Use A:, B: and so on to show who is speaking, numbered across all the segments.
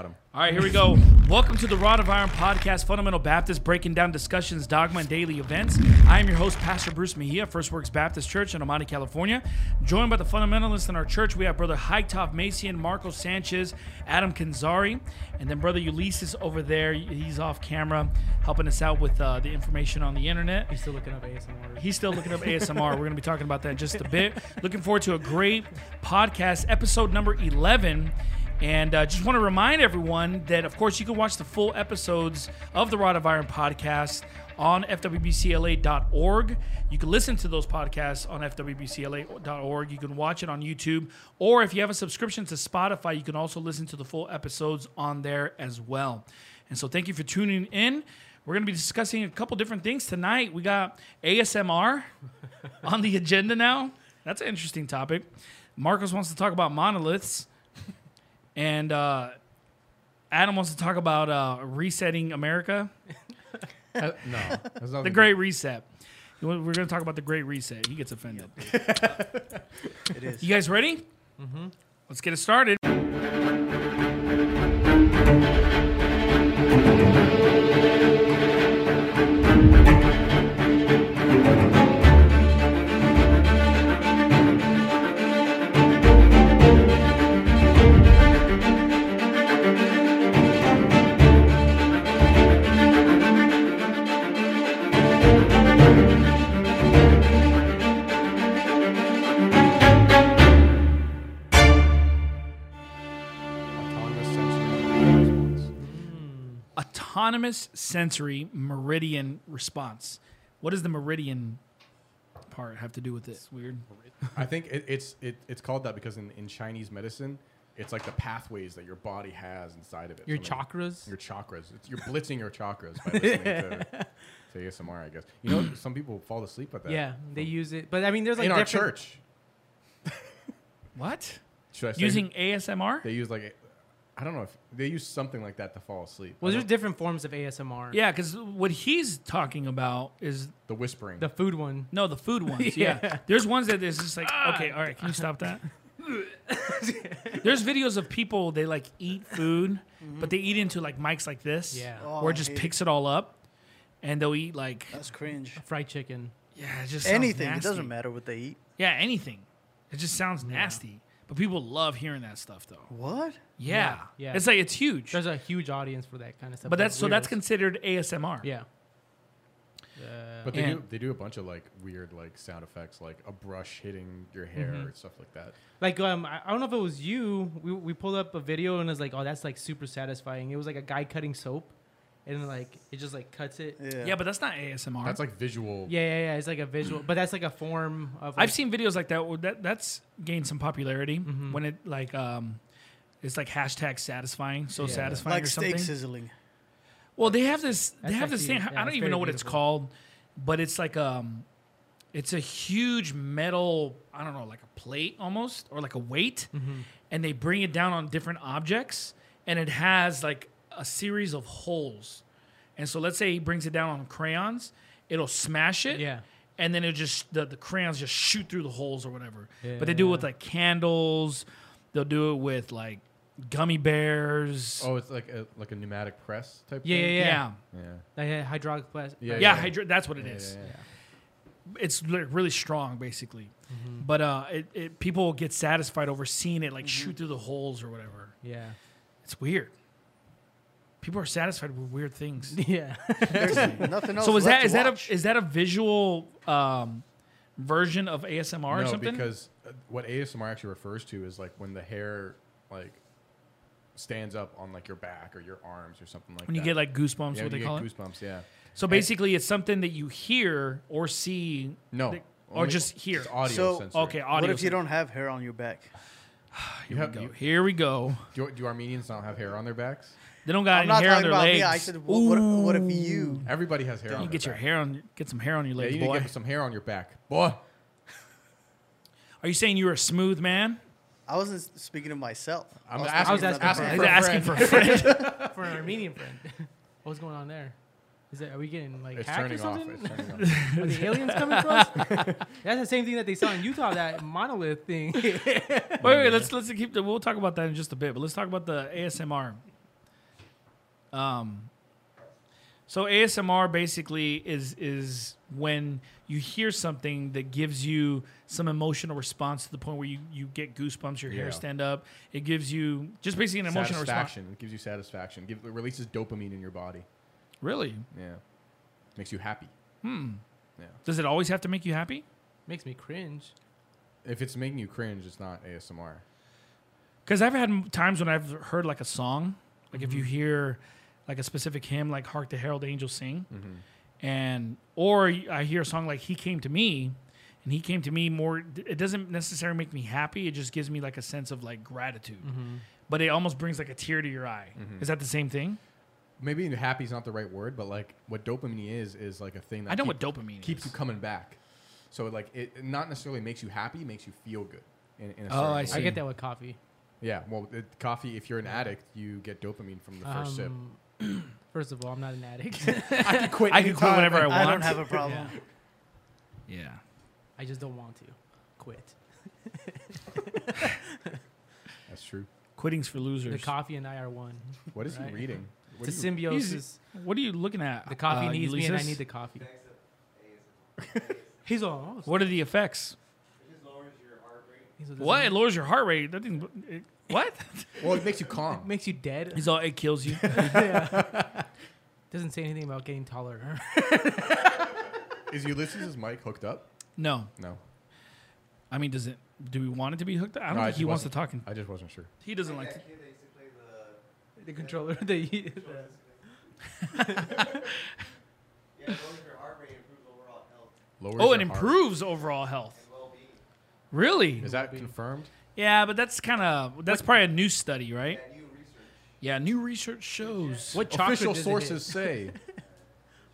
A: All right, here we go. Welcome to the Rod of Iron podcast, Fundamental Baptist, breaking down discussions, dogma, and daily events. I am your host, Pastor Bruce Mejia, First Works Baptist Church in Amati, California. Joined by the fundamentalists in our church, we have Brother Hightop Macian, Marco Sanchez, Adam Kanzari, and then Brother Ulysses over there. He's off camera helping us out with uh, the information on the internet.
B: Still looking up ASMR.
A: He's still looking up ASMR. We're going to be talking about that in just a bit. Looking forward to a great podcast, episode number 11. And uh, just want to remind everyone that, of course, you can watch the full episodes of the Rod of Iron podcast on fwbcla.org. You can listen to those podcasts on fwbcla.org. You can watch it on YouTube. Or if you have a subscription to Spotify, you can also listen to the full episodes on there as well. And so thank you for tuning in. We're going to be discussing a couple different things tonight. We got ASMR on the agenda now. That's an interesting topic. Marcos wants to talk about monoliths, and uh, Adam wants to talk about uh, resetting America,
C: No, that's not
A: the Great Reset. You know, We're going to talk about the Great Reset. He gets offended.
B: It is.
A: You guys ready? Mm-hmm. Let's get it started.
C: autonomous sensory response.
A: autonomous sensory meridian response. What does the meridian part have to do with it? It's weird.
C: I think it, it's it, it's called that because in, in Chinese medicine, it's like the pathways that your body has inside of it.
B: Your
C: So, like,
B: chakras.
C: Your chakras. It's, you're blitzing your chakras by listening to, to ASMR, I guess. You know, some people fall asleep at that.
B: yeah, they use it, but I mean, there's like
C: in our
B: different-
C: church.
A: What?
C: Should I say
A: Using ASMR?
C: They use like, a- I don't know if they use something like that to fall asleep.
B: Well,
C: I
B: there's
C: don't-
B: different forms of ASMR.
A: yeah, because what he's talking about is
C: the whispering.
B: the food one.
A: no the food ones. yeah.
B: Yeah.
A: there's ones that is just like okay, all right, can you stop that? there's videos of people they like eat food, but they eat into like mics like this,
B: Yeah,
D: Oh,
A: where
D: I
A: it just
D: hate
A: picks it all up, and they'll eat like
D: That's cringe.
B: fried chicken.
A: yeah, it just sounds
D: Anything. It
A: nasty.
D: doesn't matter what they eat.
A: Yeah, anything. It just sounds nasty. But people love hearing that stuff though.
D: What?
A: Yeah.
B: Yeah, yeah.
A: It's like it's huge.
B: There's a huge audience for that kind of stuff.
A: but that's so that's
B: weirdos.
A: considered ASMR.
B: yeah.
C: but they
A: and-
C: do, they do a bunch of like weird like sound effects, like a brush hitting your hair
B: Mm-hmm.
C: or stuff like that.
B: Like um, I I don't know if it was you. We, we pulled up a video and it was like, oh, that's like super satisfying. It was like a guy cutting soap, and like it just like cuts it. Yeah,
D: Yeah.
A: Yeah, but that's not ASMR.
C: That's like visual.
B: yeah, yeah. It's like a visual, but that's like a form of. Like,
A: I've seen videos like that. where that that's gained some popularity when it like um it's like hashtag satisfying, so
B: Yeah.
A: satisfying
D: like
A: or
D: steak
A: something.
D: sizzling.
A: well, they have this they
B: That's
A: have this
B: actually-
A: thing.
B: yeah,
A: I don't
B: it's
A: even
B: very
A: know what it's
B: beautiful.
A: called, but it's like um it's a huge metal, I don't know, like a plate almost or like a weight.
B: Mm-hmm.
A: and they bring it down on different objects and it has like a series of holes and so let's say he brings it down on crayons it'll smash it
B: Yeah.
A: and then it just the, the crayons just shoot through the holes or whatever but they
B: Yeah.
A: do it with like candles they'll do it with like gummy bears
C: Oh, it's like a like a pneumatic press type.
B: Yeah, yeah,
C: thing?
B: yeah.
A: yeah
C: yeah,
B: Like a hydraulic plastic.
C: Yeah,
A: yeah, hydra- that's what it is.
C: Yeah, yeah, yeah.
A: it's like really strong basically but uh it, it people get satisfied over seeing it like shoot through the holes or whatever
B: Yeah.
A: it's weird people are satisfied with weird things
B: Yeah.
D: There's nothing else.
A: So is
D: left
A: that
D: to
A: is that
D: watch.
A: a is that a visual um, version of ASMR or
C: no,
A: something?
C: because uh, what ASMR actually refers to is like when the hair like stands up on like your back or your arms or something like
A: when
C: that.
A: you get like goosebumps,
C: yeah,
A: what
C: when
A: they
C: you
A: call it.
C: get goosebumps, yeah.
A: So basically, it's something that you hear or see.
C: No,
A: They- or just here.
C: it's audio
D: So-
C: sensory.
A: Okay,
D: What
A: audio.
D: if you don't have hair on your back?
C: you have,
A: Go.
C: you,
A: Here we go.
C: do, do Armenians not have hair on their backs?
A: They don't got
D: I'm
A: any
D: not
A: hair on their
D: talking about
A: legs.
D: me. I said, what, what,
A: Ooh.
D: what if you?
C: Everybody has hair. on
A: You
C: their
A: get your
C: back.
A: hair on, get some hair on your
C: Yeah,
A: legs,
C: you need
A: boy.
C: to get some hair on your back, boy.
A: Are you saying you're a smooth man?
D: I wasn't s- speaking of myself.
C: I'm
D: was
C: asking,
D: thinking
B: I was
D: about
C: asking
D: the
A: He's
C: for a
A: asking
C: friend.
A: for a friend.
B: For an Armenian friend. What's going on there? Is that are we getting like
C: It's
B: hacked or
C: turning off.
B: something?
C: It's turning off.
B: Are the aliens coming for us? That's the same thing that they saw in Utah, that monolith thing.
A: wait, wait, let's let's keep. The, we'll talk about that in just a bit, but let's talk about the ASMR. Um, so ASMR basically is is when you hear something that gives you some emotional response to the point where you, you get goosebumps, your hair
C: Yeah.
A: stand up. It gives you just basically an emotional response.
C: satisfaction. It gives you satisfaction. Give, it releases dopamine in your body.
A: Really?
C: Yeah. Makes you happy.
A: Does it always have to make you happy?
B: Makes me cringe.
C: If it's making you cringe, it's not ASMR.
A: Because I've had m- times when I've heard like a song, like if you hear like a specific hymn, like "Hark the Herald Angels Sing," and or y- I hear a song like "He Came to Me," and "He Came to Me" more. d- It doesn't necessarily make me happy. It just gives me like a sense of like gratitude, but it almost brings like a tear to your eye. Is that the same thing?
C: Maybe happy is not the right word, but like what dopamine is is like a thing that
A: I know
C: keep-
A: what dopamine
C: keeps
A: is.
C: you coming back. So like it it not necessarily makes you happy, makes you feel good. In, in a
A: Oh, I
C: certain
A: see.
B: I
C: way.
B: get that with coffee.
C: Yeah. Well, it, coffee. If you're an addict, you get dopamine from the first sip.
B: Um, First of all, I'm not an addict.
C: I could quit.
A: I can quit whenever I want.
D: I don't have a problem.
B: yeah.
A: yeah.
B: I just don't want to quit.
C: That's true.
A: Quitting's for
B: The
A: losers.
B: coffee and I are one.
C: What is
B: Right.
C: he reading? What
B: It's a
C: do you-
B: symbiosis.
A: what are you looking at?
B: The coffee
A: uh,
B: needs me, and I
A: Ulysses?
B: need the coffee. He's all.
A: What are the effects?
B: He's all-
A: What it lowers your heart rate? That didn't. It, what?
C: well, it makes you calm.
B: Makes you dead.
A: He's all. It kills you.
B: Doesn't say anything about getting taller.
C: is Ulysses' mic hooked up?
A: No,
C: No.
A: I mean, does it? Do we want it to be hooked? up? I don't
C: No, I
A: think he
C: just
A: wants to
C: wasn't-
A: talk. In,
C: I just wasn't sure.
A: he doesn't like.
E: that
A: To,
E: kid that used to
B: the controller.
E: play the.
B: The, the,
E: Yeah, lowers your heart rate, improves overall health
C: Lowers
A: oh,
C: your
A: it
C: heart.
A: improves overall health.
E: and well-being.
A: Really?
C: Is that confirmed?
A: Yeah, but that's kind of that's probably a new study, right?
E: That new research.
A: Yeah, new research shows.
B: what chakra
C: Official
B: does
C: sources
B: It hit?
C: say.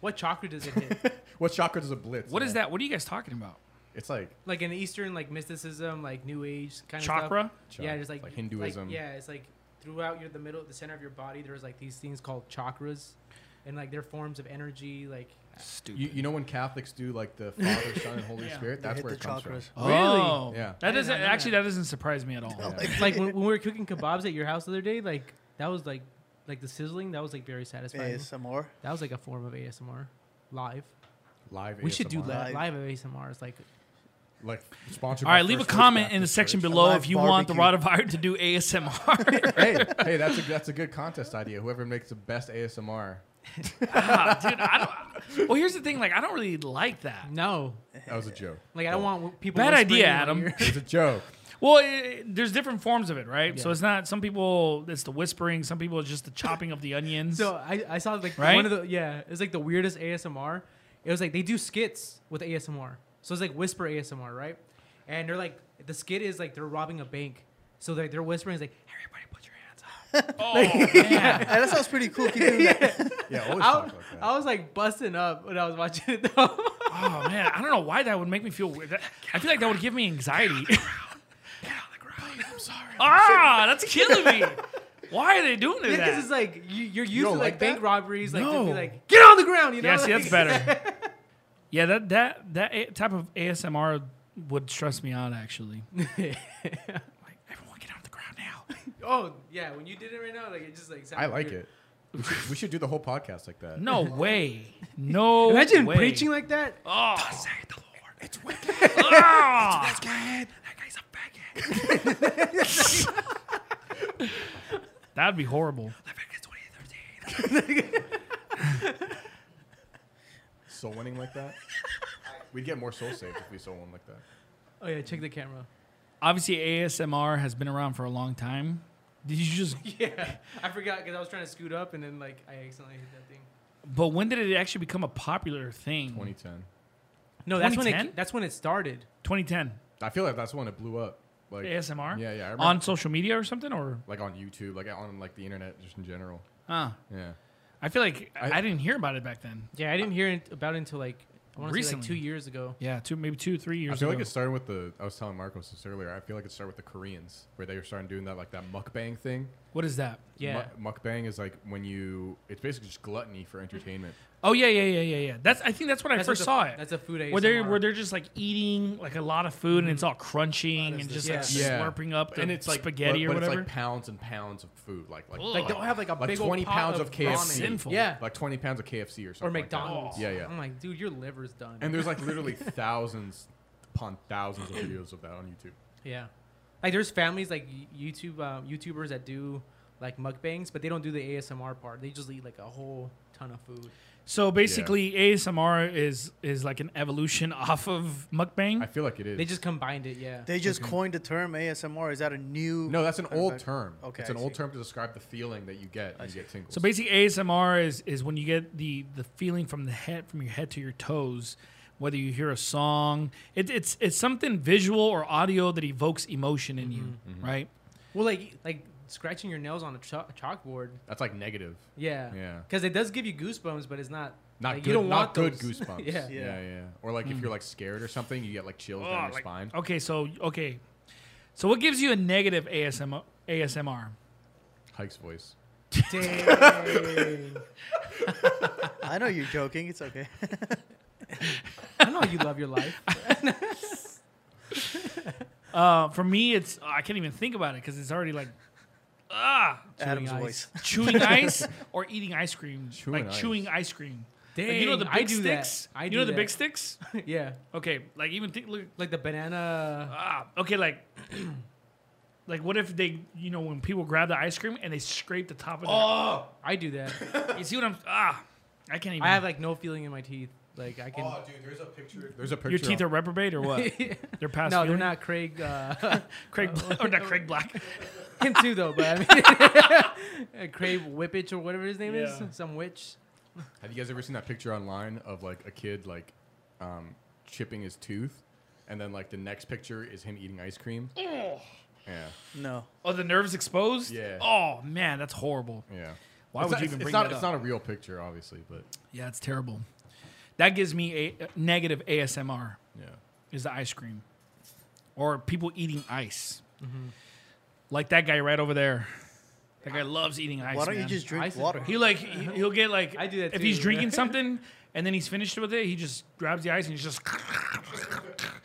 B: What chakra does it hit?
C: What chakra does a blitz?
A: What is
C: man?
A: that? What are you guys talking about?
C: It's like
B: like an Eastern, like mysticism, like New Age kind
A: Chakra?
B: of stuff. Yeah,
C: Chak-
B: just like,
C: like Hinduism.
B: yeah, it's like throughout your the middle, the center of your body. There's like these things called chakras, and like they're forms of energy. Like
A: Stupid.
C: you, you know when Catholics do like the Father, Son, and Holy
A: Yeah.
C: Spirit.
D: They
C: That's
D: hit
C: where
D: the
C: it comes from.
D: chakras.
A: Oh,
C: Yeah.
A: That
B: I did
A: doesn't
B: not know
A: actually. That.
B: that.
A: doesn't surprise me at all.
D: Like,
B: like when, when we were cooking kebabs at your house the other day, like that was like like the sizzling. That was like very satisfying.
D: ASMR.
B: That was like a form of ASMR. Live.
C: Live.
B: We should do
C: ASMR.
B: live,
D: Live.
B: live of ASMR. It's like
C: Like sponsored.
A: All
C: by
A: right, leave a
C: First Church
A: comment in the
C: Baptist
A: section
C: Church.
A: below
D: live
A: if you want the
D: barbecue.
A: Rod of Iron to do ASMR.
C: hey, hey, that's a that's a good contest idea. Whoever makes the best ASMR.
A: Ah, dude, I don't. Well, here's the thing. Like, I don't really like that.
B: no,
C: That was a joke.
B: like I don't want w- people.
A: Bad
B: whispering
A: idea,
B: in my
A: Adam.
B: ear.
C: It was a joke.
A: Well, it, it- there's different forms of it, right? So
B: Yeah.
A: it's not some people it's the whispering, some people it's just the chopping of the onions.
B: So I, I saw like
A: Right?
B: one of the yeah, it was like the weirdest ASMR. It was like they do skits with ASMR. So it's like whisper ASMR, right? And they're like the skit is like they're robbing a bank. So they're, they're whispering is like everybody put your hands up.
A: oh man,
D: Hey, that sounds pretty cool. Keep doing that.
C: Yeah,
B: I,
C: always talk like that.
B: I was like busting up when I was watching it though.
A: oh man, I don't know why that would make me feel weird. That- I feel like that would give me anxiety.
C: I'm sorry.
A: ah, that's killing me. Why are they doing it?
B: Because
A: that?
B: it's like you, you're used
C: don't
B: to like,
C: like
B: bank
C: that?
B: robberies, like to
A: No.
B: be like get on the ground, you know.
A: yeah, see, that's
B: like-
A: better. yeah, that that that a- type of ASMR would stress me out actually. like everyone get on the ground now.
B: oh yeah, when you did it right now, like it just like
C: I
B: sounded
C: like
B: weird.
C: it. We should, we should do the whole podcast like that.
A: No way. No.
B: Imagine
A: way.
B: preaching like that.
A: Oh. Thus saith the Lord. It's wicked. oh. It's That guy's a faggot. That'd be horrible.
C: Soul winning like that. We'd get more soul saves if we soul won like that.
B: Oh yeah, check the camera.
A: Obviously, ASMR has been around for a long time. Did you just?
B: Yeah, I forgot because I was trying to scoot up and then like I accidentally hit that thing.
A: But when did it actually become a popular thing?
C: 2010.
B: No, that's when
A: 2010?
B: it. That's when it started.
A: 2010
C: I feel like that's when it blew up. Like
A: ASMR.
C: Yeah, yeah. I remember,
A: On social media or something, or
C: like on YouTube, like on like the internet, just in general.
A: uh,
C: Yeah.
A: I feel like I,
C: I-
A: didn't hear about it back then.
B: Yeah, I didn't hear it about it until like I want to say like
A: Recently.
B: two years ago.
A: Yeah, two maybe two three years
C: I feel
A: ago.
C: like it started with the. I was telling Marcos this earlier. I feel like it started with the Koreans, where they were starting doing that like that mukbang thing,
A: What is that?
B: Yeah.
C: Mu- mukbang is like when you. It's basically just gluttony for entertainment.
A: Oh yeah, yeah, yeah, yeah, yeah. That's I think that's when I
B: That's
A: first
B: a-
A: saw it.
B: That's a food ASMR.
A: where they where they're just like eating like a lot of food and it's all crunching and
B: this-
A: just like
B: Yeah.
A: slurping up the
C: and it's like
A: spaghetti
C: but,
A: or
C: but
A: whatever.
C: It's like pounds and pounds of food, like like,
A: Ugh.
B: like they'll have like a
C: like
B: big old
C: twenty
B: pot
C: pounds of,
B: ramen.
C: KFC,
A: Sinful.
B: Yeah.
C: like twenty pounds of KFC or something,
B: or
C: like that.
B: McDonald's. Mm.
C: Yeah, yeah.
B: I'm like, dude, your liver's done.
C: And there's like literally thousands upon thousands of videos of that on YouTube.
B: yeah, like there's families like y- YouTube um, YouTubers that do like mukbangs, but they don't do the ASMR part. They just eat like a whole ton of food.
A: so basically, ASMR is is like an evolution off of mukbang.
C: I feel like it is.
B: They just combined it. Yeah.
D: They just coined the term ASMR. Is that a new?
C: no, that's an
D: Kind of
C: old
D: like-
C: term.
D: Okay,
C: it's an
D: I
C: old
D: see.
C: term to describe the feeling that you get when you get tingles.
A: so basically, ASMR is is when you get the the feeling from the head from your head to your toes. Whether you hear a song, it, it's it's something visual or audio that evokes emotion in you,
C: Mm-hmm.
A: right?
B: Well, like like scratching your nails on a cho- chalkboard.
C: that's like negative.
B: Yeah.
C: Yeah.
B: Because it does give you goosebumps, but it's not.
C: Not
B: like,
C: good.
B: You don't
C: not
B: want
C: good
B: those.
C: goosebumps.
B: yeah.
C: yeah, yeah, Or like
A: Hmm.
C: if you're like scared or something, you get like chills down
A: Ugh,
C: your
A: Oh, like-
C: spine.
A: Okay, so okay, so what gives you a negative ASMR? ASMR.
C: Hike's voice.
B: Dang.
D: I know you're joking. It's okay.
B: I know you love your life.
A: Uh, for me, it's I can't even think about it because it's already like ah
D: Adam's
B: ice.
D: voice.
A: chewing ice or eating ice cream,
C: Chewing
A: like
C: ice.
A: chewing ice cream.
B: Dang.
A: Like, you know the big
B: I do that.
A: sticks.
B: I
A: you
B: do
A: know the
B: that.
A: big sticks.
B: yeah.
A: Okay, like even think look
B: Like the banana.
A: ah okay like. Like what if they, you know, when people grab the ice cream and they scrape the top of it?
C: Oh,
B: I do that.
A: You see what I'm? Ah, I can't even.
B: Oh. I have like no feeling in my teeth. Like I can.
C: Oh, dude, there's a picture. There's a picture.
A: your teeth
C: on-
A: are reprobate or what? They're past.
B: no, they're
A: feeling?
B: not Craig. Uh,
A: Craig Black, or not Craig Black.
B: him too, though. But I mean, Craig Whippich or whatever his name
A: Yeah.
B: is, some witch.
C: Have you guys ever seen that picture online of like a kid like um, chipping his tooth, and then like the next picture is him eating ice cream? Yeah,
D: No.
A: Oh, the nerves exposed.
C: Yeah.
A: Oh man, that's horrible.
C: yeah.
A: Why
C: It's
A: would
C: not-
A: you even
C: it's
A: bring
C: not,
A: that up?
C: It's not a real picture, obviously, but
A: Yeah, it's terrible. That gives me a negative ASMR
C: yeah.
A: is the ice cream or people eating ice.
D: Mm-hmm.
A: Like that guy right over there. That guy loves eating ice.
D: Why don't you
A: man.
D: just
B: Ice
D: drink
B: is
D: water?
A: He like he, he'll get like
B: I do that
A: if he's
B: too.
A: drinking something and then he's finished with it, he just grabs the ice and he's just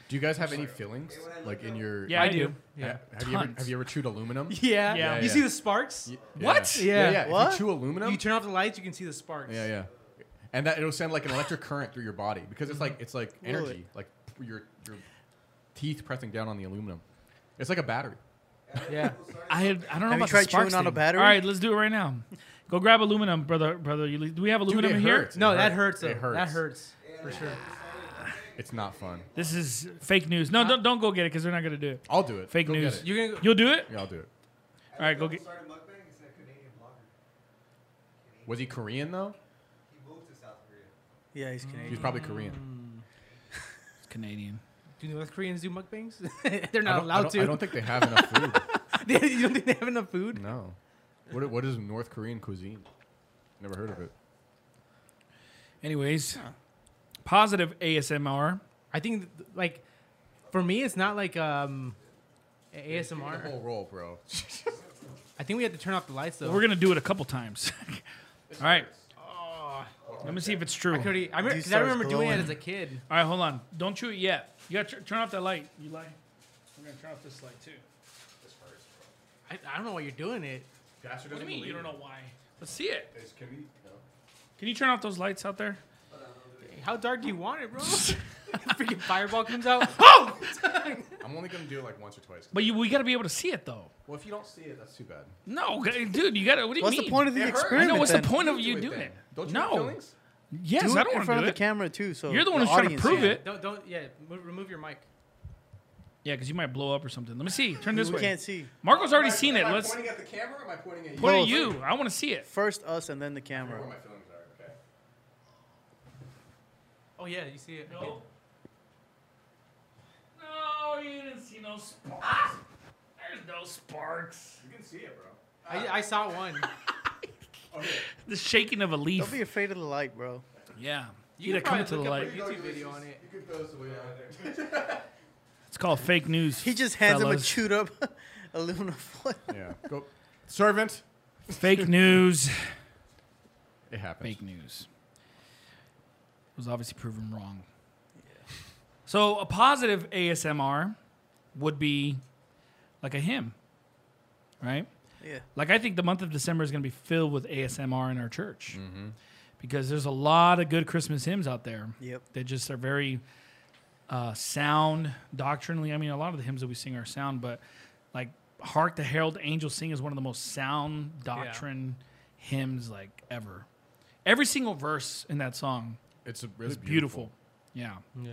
C: Do you guys have any fillings like in your?
A: Yeah, I, do.
B: Yeah.
C: Ha- Have you, ever,
A: Tons.
C: have you ever chewed aluminum?
B: Yeah.
A: Yeah.
B: You
C: Yeah,
B: see
C: yeah.
B: the sparks?
C: Y-
A: What?
C: Yeah, yeah.
B: Yeah.
C: yeah.
D: What?
C: If you chew aluminum.
B: You turn off the lights, you can see the sparks.
C: yeah, yeah. And that it'll send like an electric current through your body because it's like it's like
D: Will
C: energy, like your your teeth pressing down on the aluminum. It's like a battery.
B: Yeah.
A: I had I don't know
D: Have you
A: about the
D: tried
A: sparks
D: chewing on a
A: thing.
D: battery?
A: All right, let's do it right now. Go grab aluminum, brother. Brother, you, do we have aluminum
C: it
A: in here?
C: hurts.
B: No,
C: It
B: that hurts.
C: hurts.
B: Though.
C: It hurts.
B: That hurts for sure.
C: It's not fun.
A: This is fake news. No, don't, don't go get it because they're not gonna do it.
C: I'll do it.
A: Fake
C: Go get
A: news.
C: it.
B: You're gonna.
A: You'll do it.
C: Yeah, I'll do it.
A: All right, go
E: He
A: get.
E: started mukbang. He's a Canadian blogger.
C: Was he Korean though?
E: He moved to South Korea.
D: Yeah, he's
C: He was
D: Canadian.
C: probably
A: Mm.
C: Korean.
A: Canadian.
B: Do North Koreans do mukbangs? They're not
C: I don't- I
B: allowed
C: don't- I don't
B: to.
C: think they have enough food.
B: you don't think they have enough food?
C: No. What what is North Korean cuisine? Never heard of it.
A: Anyways, positive ASMR.
B: I think th- like for me, it's not like um a- ASMR.
C: whole roll, bro.
B: I think we have to turn off the lights though.
A: We're gonna do it a couple times. All right. Let me see if it's true.
B: I,
A: All
B: could- I, remember,
D: These
B: 'cause I
D: stars
B: remember doing it
D: glowing.
B: as a kid.
A: right, hold on. Don't chew it yet. You got to turn off that light. You lie. We're gonna turn off this light too.
B: I, I don't know why you're doing it.
C: Pastor
A: What do you mean? You don't know why? Let's see it.
C: Can we? No.
A: Can you turn off those lights out there?
B: How dark do you want it, bro? Freaking fireball comes out.
A: Oh!
C: I'm only gonna do it like once or twice.
A: But you, we gotta be able to see it though.
C: Well, if you don't see it, that's too bad.
A: No, g- dude, you gotta. What do you
D: What's
A: mean?
D: the point of the
C: It hurts.
A: I
D: experiment?
A: know. What's
D: then?
A: the point of
C: Do
A: you
C: it
A: doing
C: then.
A: it?
C: Don't you
A: no.
C: have fillings?
A: Yes,
D: Do
A: I don't
D: it in
A: want
D: front
A: to
D: of
A: do
D: the
A: it.
D: camera too. So
A: You're the one
D: the
A: who's trying to
D: audience
A: prove
D: sees
A: it.
B: Don't don't yeah. Move, remove your mic.
A: Yeah, because you might blow up or something. Let me see. Turn this
D: We
A: way.
D: can't see.
A: Marco's already
C: Am I-
A: seen it.
C: Am I
A: Let's
C: pointing at the camera? Or am I pointing at you?
A: point at
D: Both.
A: you. I want to see it.
D: First us and then the
C: I don't know
D: camera.
C: where my fillings are. Okay.
B: Oh yeah, you see it.
A: No. No, you didn't see no sparks. There's no sparks.
C: You can see it, bro.
B: I, I saw one.
A: The shaking of a
D: Don't
A: leaf.
D: be afraid of the light, bro.
A: yeah. You
B: You can
A: gotta come into the
B: probably look
A: light.
B: up a YouTube video on it.
C: You can throw this away down there.
A: It's called fake news.
D: He just hands him a
A: fellas.
D: chewed up aluminum foil.
C: Yeah. Go Servant.
A: Fake news.
C: It happens.
A: Fake news. It was obviously proven wrong. So a positive ASMR would be like a hymn, right?
D: Yeah.
A: Like I think the month of December is going to be filled with ASMR in our church
C: Mm-hmm.
A: because there's a lot of good Christmas hymns out there
D: Yep.
A: that just are very uh, sound doctrinally. I mean, a lot of the hymns that we sing are sound, but like "Hark the Herald Angels Sing" is one of the most sound doctrine hymns like ever. Every single verse in that song
C: It's, a,
A: is
C: it's
A: beautiful. Yeah.
B: Yeah.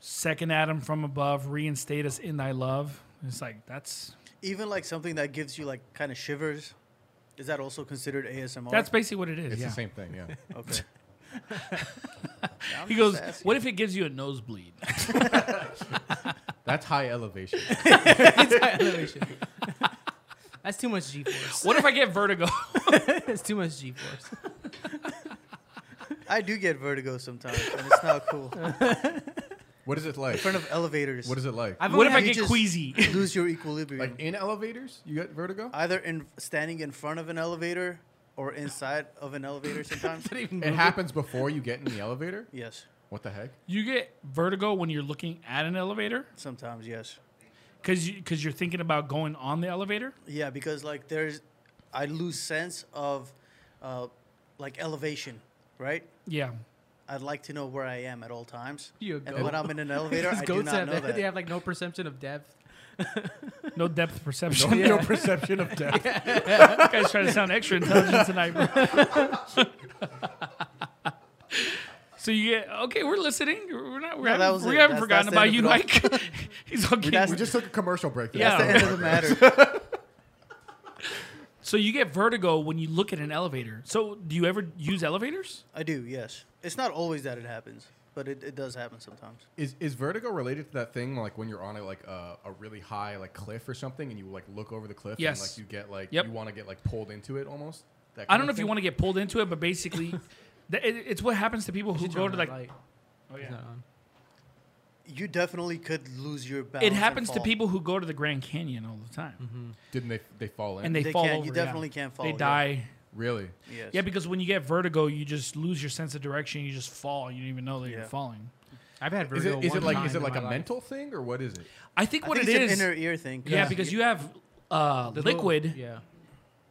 A: Second Adam from above, reinstate us in thy love. It's like that's
D: Even like something that gives you like kind of shivers. Is that also considered ASMR?
A: that's basically what it is.
C: It's
A: yeah.
C: the same thing, yeah.
D: okay.
A: He goes, "What if it gives you a nosebleed?"
C: That's high elevation.
B: Elevation. That's too much G force.
A: what if I get vertigo?
B: That's too much G force.
D: I do get vertigo sometimes, and it's not cool. In
C: What is it like?
D: front of elevators,
C: What is it like?
B: I've
A: what
B: only
A: if I
B: had-
A: get
D: just-
A: queasy?
D: you lose your equilibrium.
C: Like in elevators, you got vertigo?
D: Either in standing in front of an elevator or inside of an elevator sometimes.
C: It happens before you get in the elevator.
D: yes,
C: What the heck?
A: You get vertigo when you're looking at an elevator
D: sometimes yes.
A: because you, cause you're thinking about going on the elevator.
D: Yeah, because like there's, I lose sense of, uh, like elevation, right?
A: Yeah.
D: I'd like to know where I am at all times.
B: You a
D: and
B: goat.
D: when I'm in an elevator,
B: These
D: I do
B: goats
D: not
B: have
D: know
B: that.
D: that.
B: They have like no perception of depth.
A: No depth perception.
B: Yeah.
A: You
C: perception of death.
A: guys trying to sound extra intelligent tonight, bro. so you get okay. We're listening. We're not. We're
D: No, that
A: haven't,
D: was
A: we
D: it.
A: haven't
D: That's-
A: forgotten
D: that's the
A: about
D: end
A: you,
D: of it
A: Mike. He's okay.
D: That's-
C: We just took a commercial break. for
A: Yeah.
C: that.
D: That's the end of the matter.
A: so you get vertigo when you look at an elevator. So do you ever use elevators?
D: I do, yes. It's not always that it happens, but it, it does happen sometimes.
C: Is is vertigo related to that thing like when you're on a like a, a really high like cliff or something and you like look over the cliff
A: Yes.
C: and like you get like
A: Yep.
C: you want to get like pulled into it almost? That
A: I don't know if you want to get pulled into it, but basically, th- it, it's what happens to people who
B: Should turn
A: go
B: on
A: to
B: that
A: like.
B: light.
A: Oh,
B: It's
A: yeah.
B: not on.
D: You definitely could lose your balance.
A: It
D: and
A: happens to
D: fall.
A: people who go to the Grand Canyon all the time,
B: Mm-hmm.
C: Didn't they they fall in?
A: and they,
D: They
A: fall
D: can't-
A: over.
D: you
A: yeah.
D: definitely can't fall,
A: They
D: yeah.
A: die.
C: really?
D: Yes.
A: Yeah, because when you get vertigo, you just lose your sense of direction. You just fall. You don't even know that you're
D: Yeah.
A: falling.
B: I've had
C: Is
B: vertigo.
C: it, is
B: one
C: it like
B: time
C: is it
B: in
C: like
B: my
C: a
B: life.
C: mental thing or what is it?
A: I think
D: I
A: what
D: think
A: it
D: it's
A: is.
D: an inner ear thing.
A: yeah, because you have uh,
B: The little-
A: liquid
B: Yeah.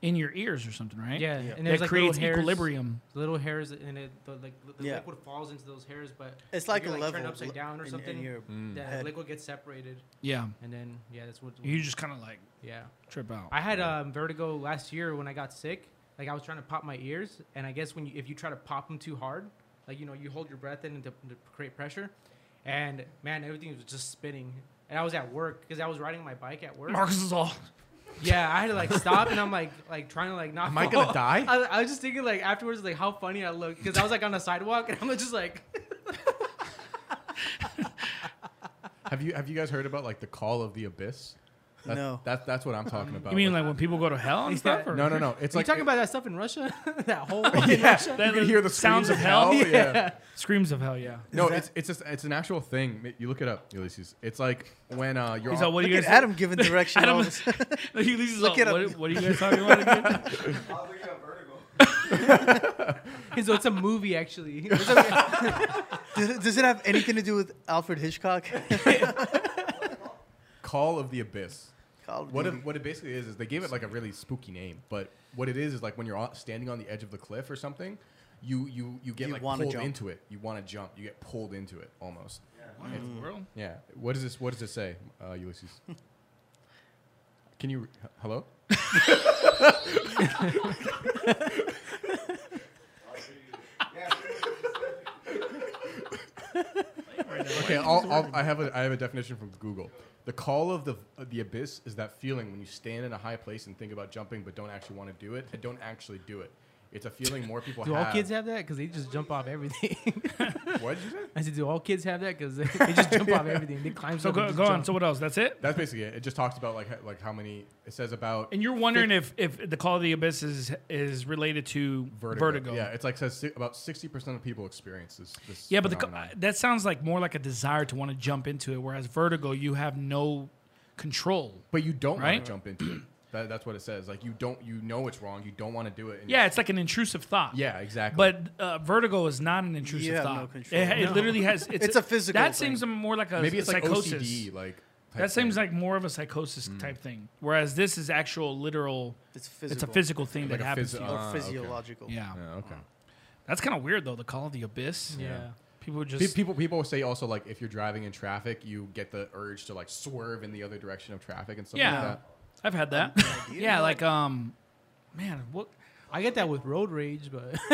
A: in your ears or something, right?
B: Yeah.
D: Yeah.
B: And
A: that
B: there's like
A: creates
B: little hairs,
A: equilibrium.
B: Little hairs in it, the, like the
D: Yeah.
B: liquid falls into those hairs, but
D: It's like
B: you're,
D: a
B: like,
D: level
B: turned upside
D: li-
B: down or
D: in- in
B: something.
D: your
B: the
C: Hmm.
D: head.
B: liquid gets separated,
A: Yeah,
B: and then yeah, that's what.
A: you just kind of like
B: Yeah.
A: trip out.
B: I had um, vertigo last year when I got sick. Like I was trying to pop my ears, and I guess when you, if you try to pop them too hard, like you know, you hold your breath in to, to create pressure, and man, everything was just spinning. And I was at work because I was riding my bike at work.
A: Marcus is all.
B: Yeah, I had to like stop, and I'm like like trying to like not.
C: Am I
B: fall.
A: Oh.
C: gonna die?
B: I, I was just thinking like afterwards like how funny I looked because I was like on the sidewalk, and I'm just like
C: Have you have you guys heard about like the call of the abyss? That,
D: No.
C: That's that's what I'm talking about.
A: You mean like when people go to hell and stuff?
B: Yeah.
A: Or?
C: no no no. It's
B: you
C: like
B: talking
C: it-
B: about that stuff in Russia, that whole
C: yeah,
A: That-
C: you can hear the
A: sounds
C: screams
A: of
C: of hell.
A: hell?
C: yeah.
A: Screams of hell. Yeah.
C: No, it's it's just, it's an actual thing. You look it up, Ulysses. It's like when uh, you're
A: He's
C: on-
A: all, what do
D: Look
A: you
D: at
A: guys?
D: Adam giving direction.
A: Adam-
D: all of a sudden.
A: Ulysses is
D: Look
A: all,
D: at
A: what,
D: him.
A: what are you guys talking about again?
E: I'll look up vertigo.
B: so it's a movie actually.
D: does, does it have anything to do with Alfred Hitchcock?
C: Call of the Abyss.
D: Call of
C: What
D: Duty.
C: it, what it basically is is they gave it like a really spooky name, but what it is is like when you're on- standing on the edge of the cliff or something, you you you get
D: You
C: like
D: wanna
C: pulled
D: jump.
C: into it. You want to jump. You get pulled into it almost.
A: What in the world?
C: Yeah. What does this What does it say, uh, Ulysses? Can you? h- Hello.
E: Yeah,
C: Okay. I'll, I'll, I have a I have a definition from Google. The call of the of the abyss is that feeling when you stand in a high place and think about jumping, but don't actually want to do it. And don't actually do it. It's a feeling more people
B: Do all
C: have.
B: kids have that? Because they just jump off everything.
C: What did you say?
B: I said, do all kids have that? Because they, they just jump off everything. They climb.
A: So
B: stuff and
A: go,
B: just
A: go on.
B: jump.
A: So what else? That's it.
C: That's basically it. It just talks about like h- like how many. It says about
A: And you're wondering if, if the Call of the Abyss is is related to
C: vertigo.
A: vertigo.
C: Yeah, it's like says si- about sixty percent of people experience this. this
A: Yeah, but the, co-
C: phenomenon.
A: that sounds like more like a desire to want to jump into it, whereas vertigo, you have no control.
C: but you don't
A: Right?
C: want to jump into it. That, that's what it says. Like you don't, you know it's wrong. You don't want to do it. And
A: Yeah, it's like an intrusive thought.
C: yeah, exactly.
A: But uh, vertigo is not an intrusive
D: You have no
A: thought.
D: control.
A: It, it
B: No.
A: literally has. It's,
D: It's a physical
A: That
D: thing.
A: seems more like a
C: maybe it's like
A: uh, psychosis.
C: OCD, like type
A: That seems
C: thing. Mm.
A: like more of a psychosis type thing, whereas this is actual literal.
D: It's physical.
A: It's a physical thing
C: Like
A: that
C: a
A: happens.
C: physi-
A: to you.
D: or
C: Ah, okay.
D: physiological.
A: yeah.
C: Yeah, okay.
A: that's kind of weird though. The call of the abyss.
B: Yeah.
A: people
C: Pe-
A: just
C: People people say also like if you're driving in traffic, you get the urge to like swerve in the other direction of traffic and stuff
A: Yeah.
C: like that.
A: I've had that. yeah, like um, man, what
B: I get that with road rage, but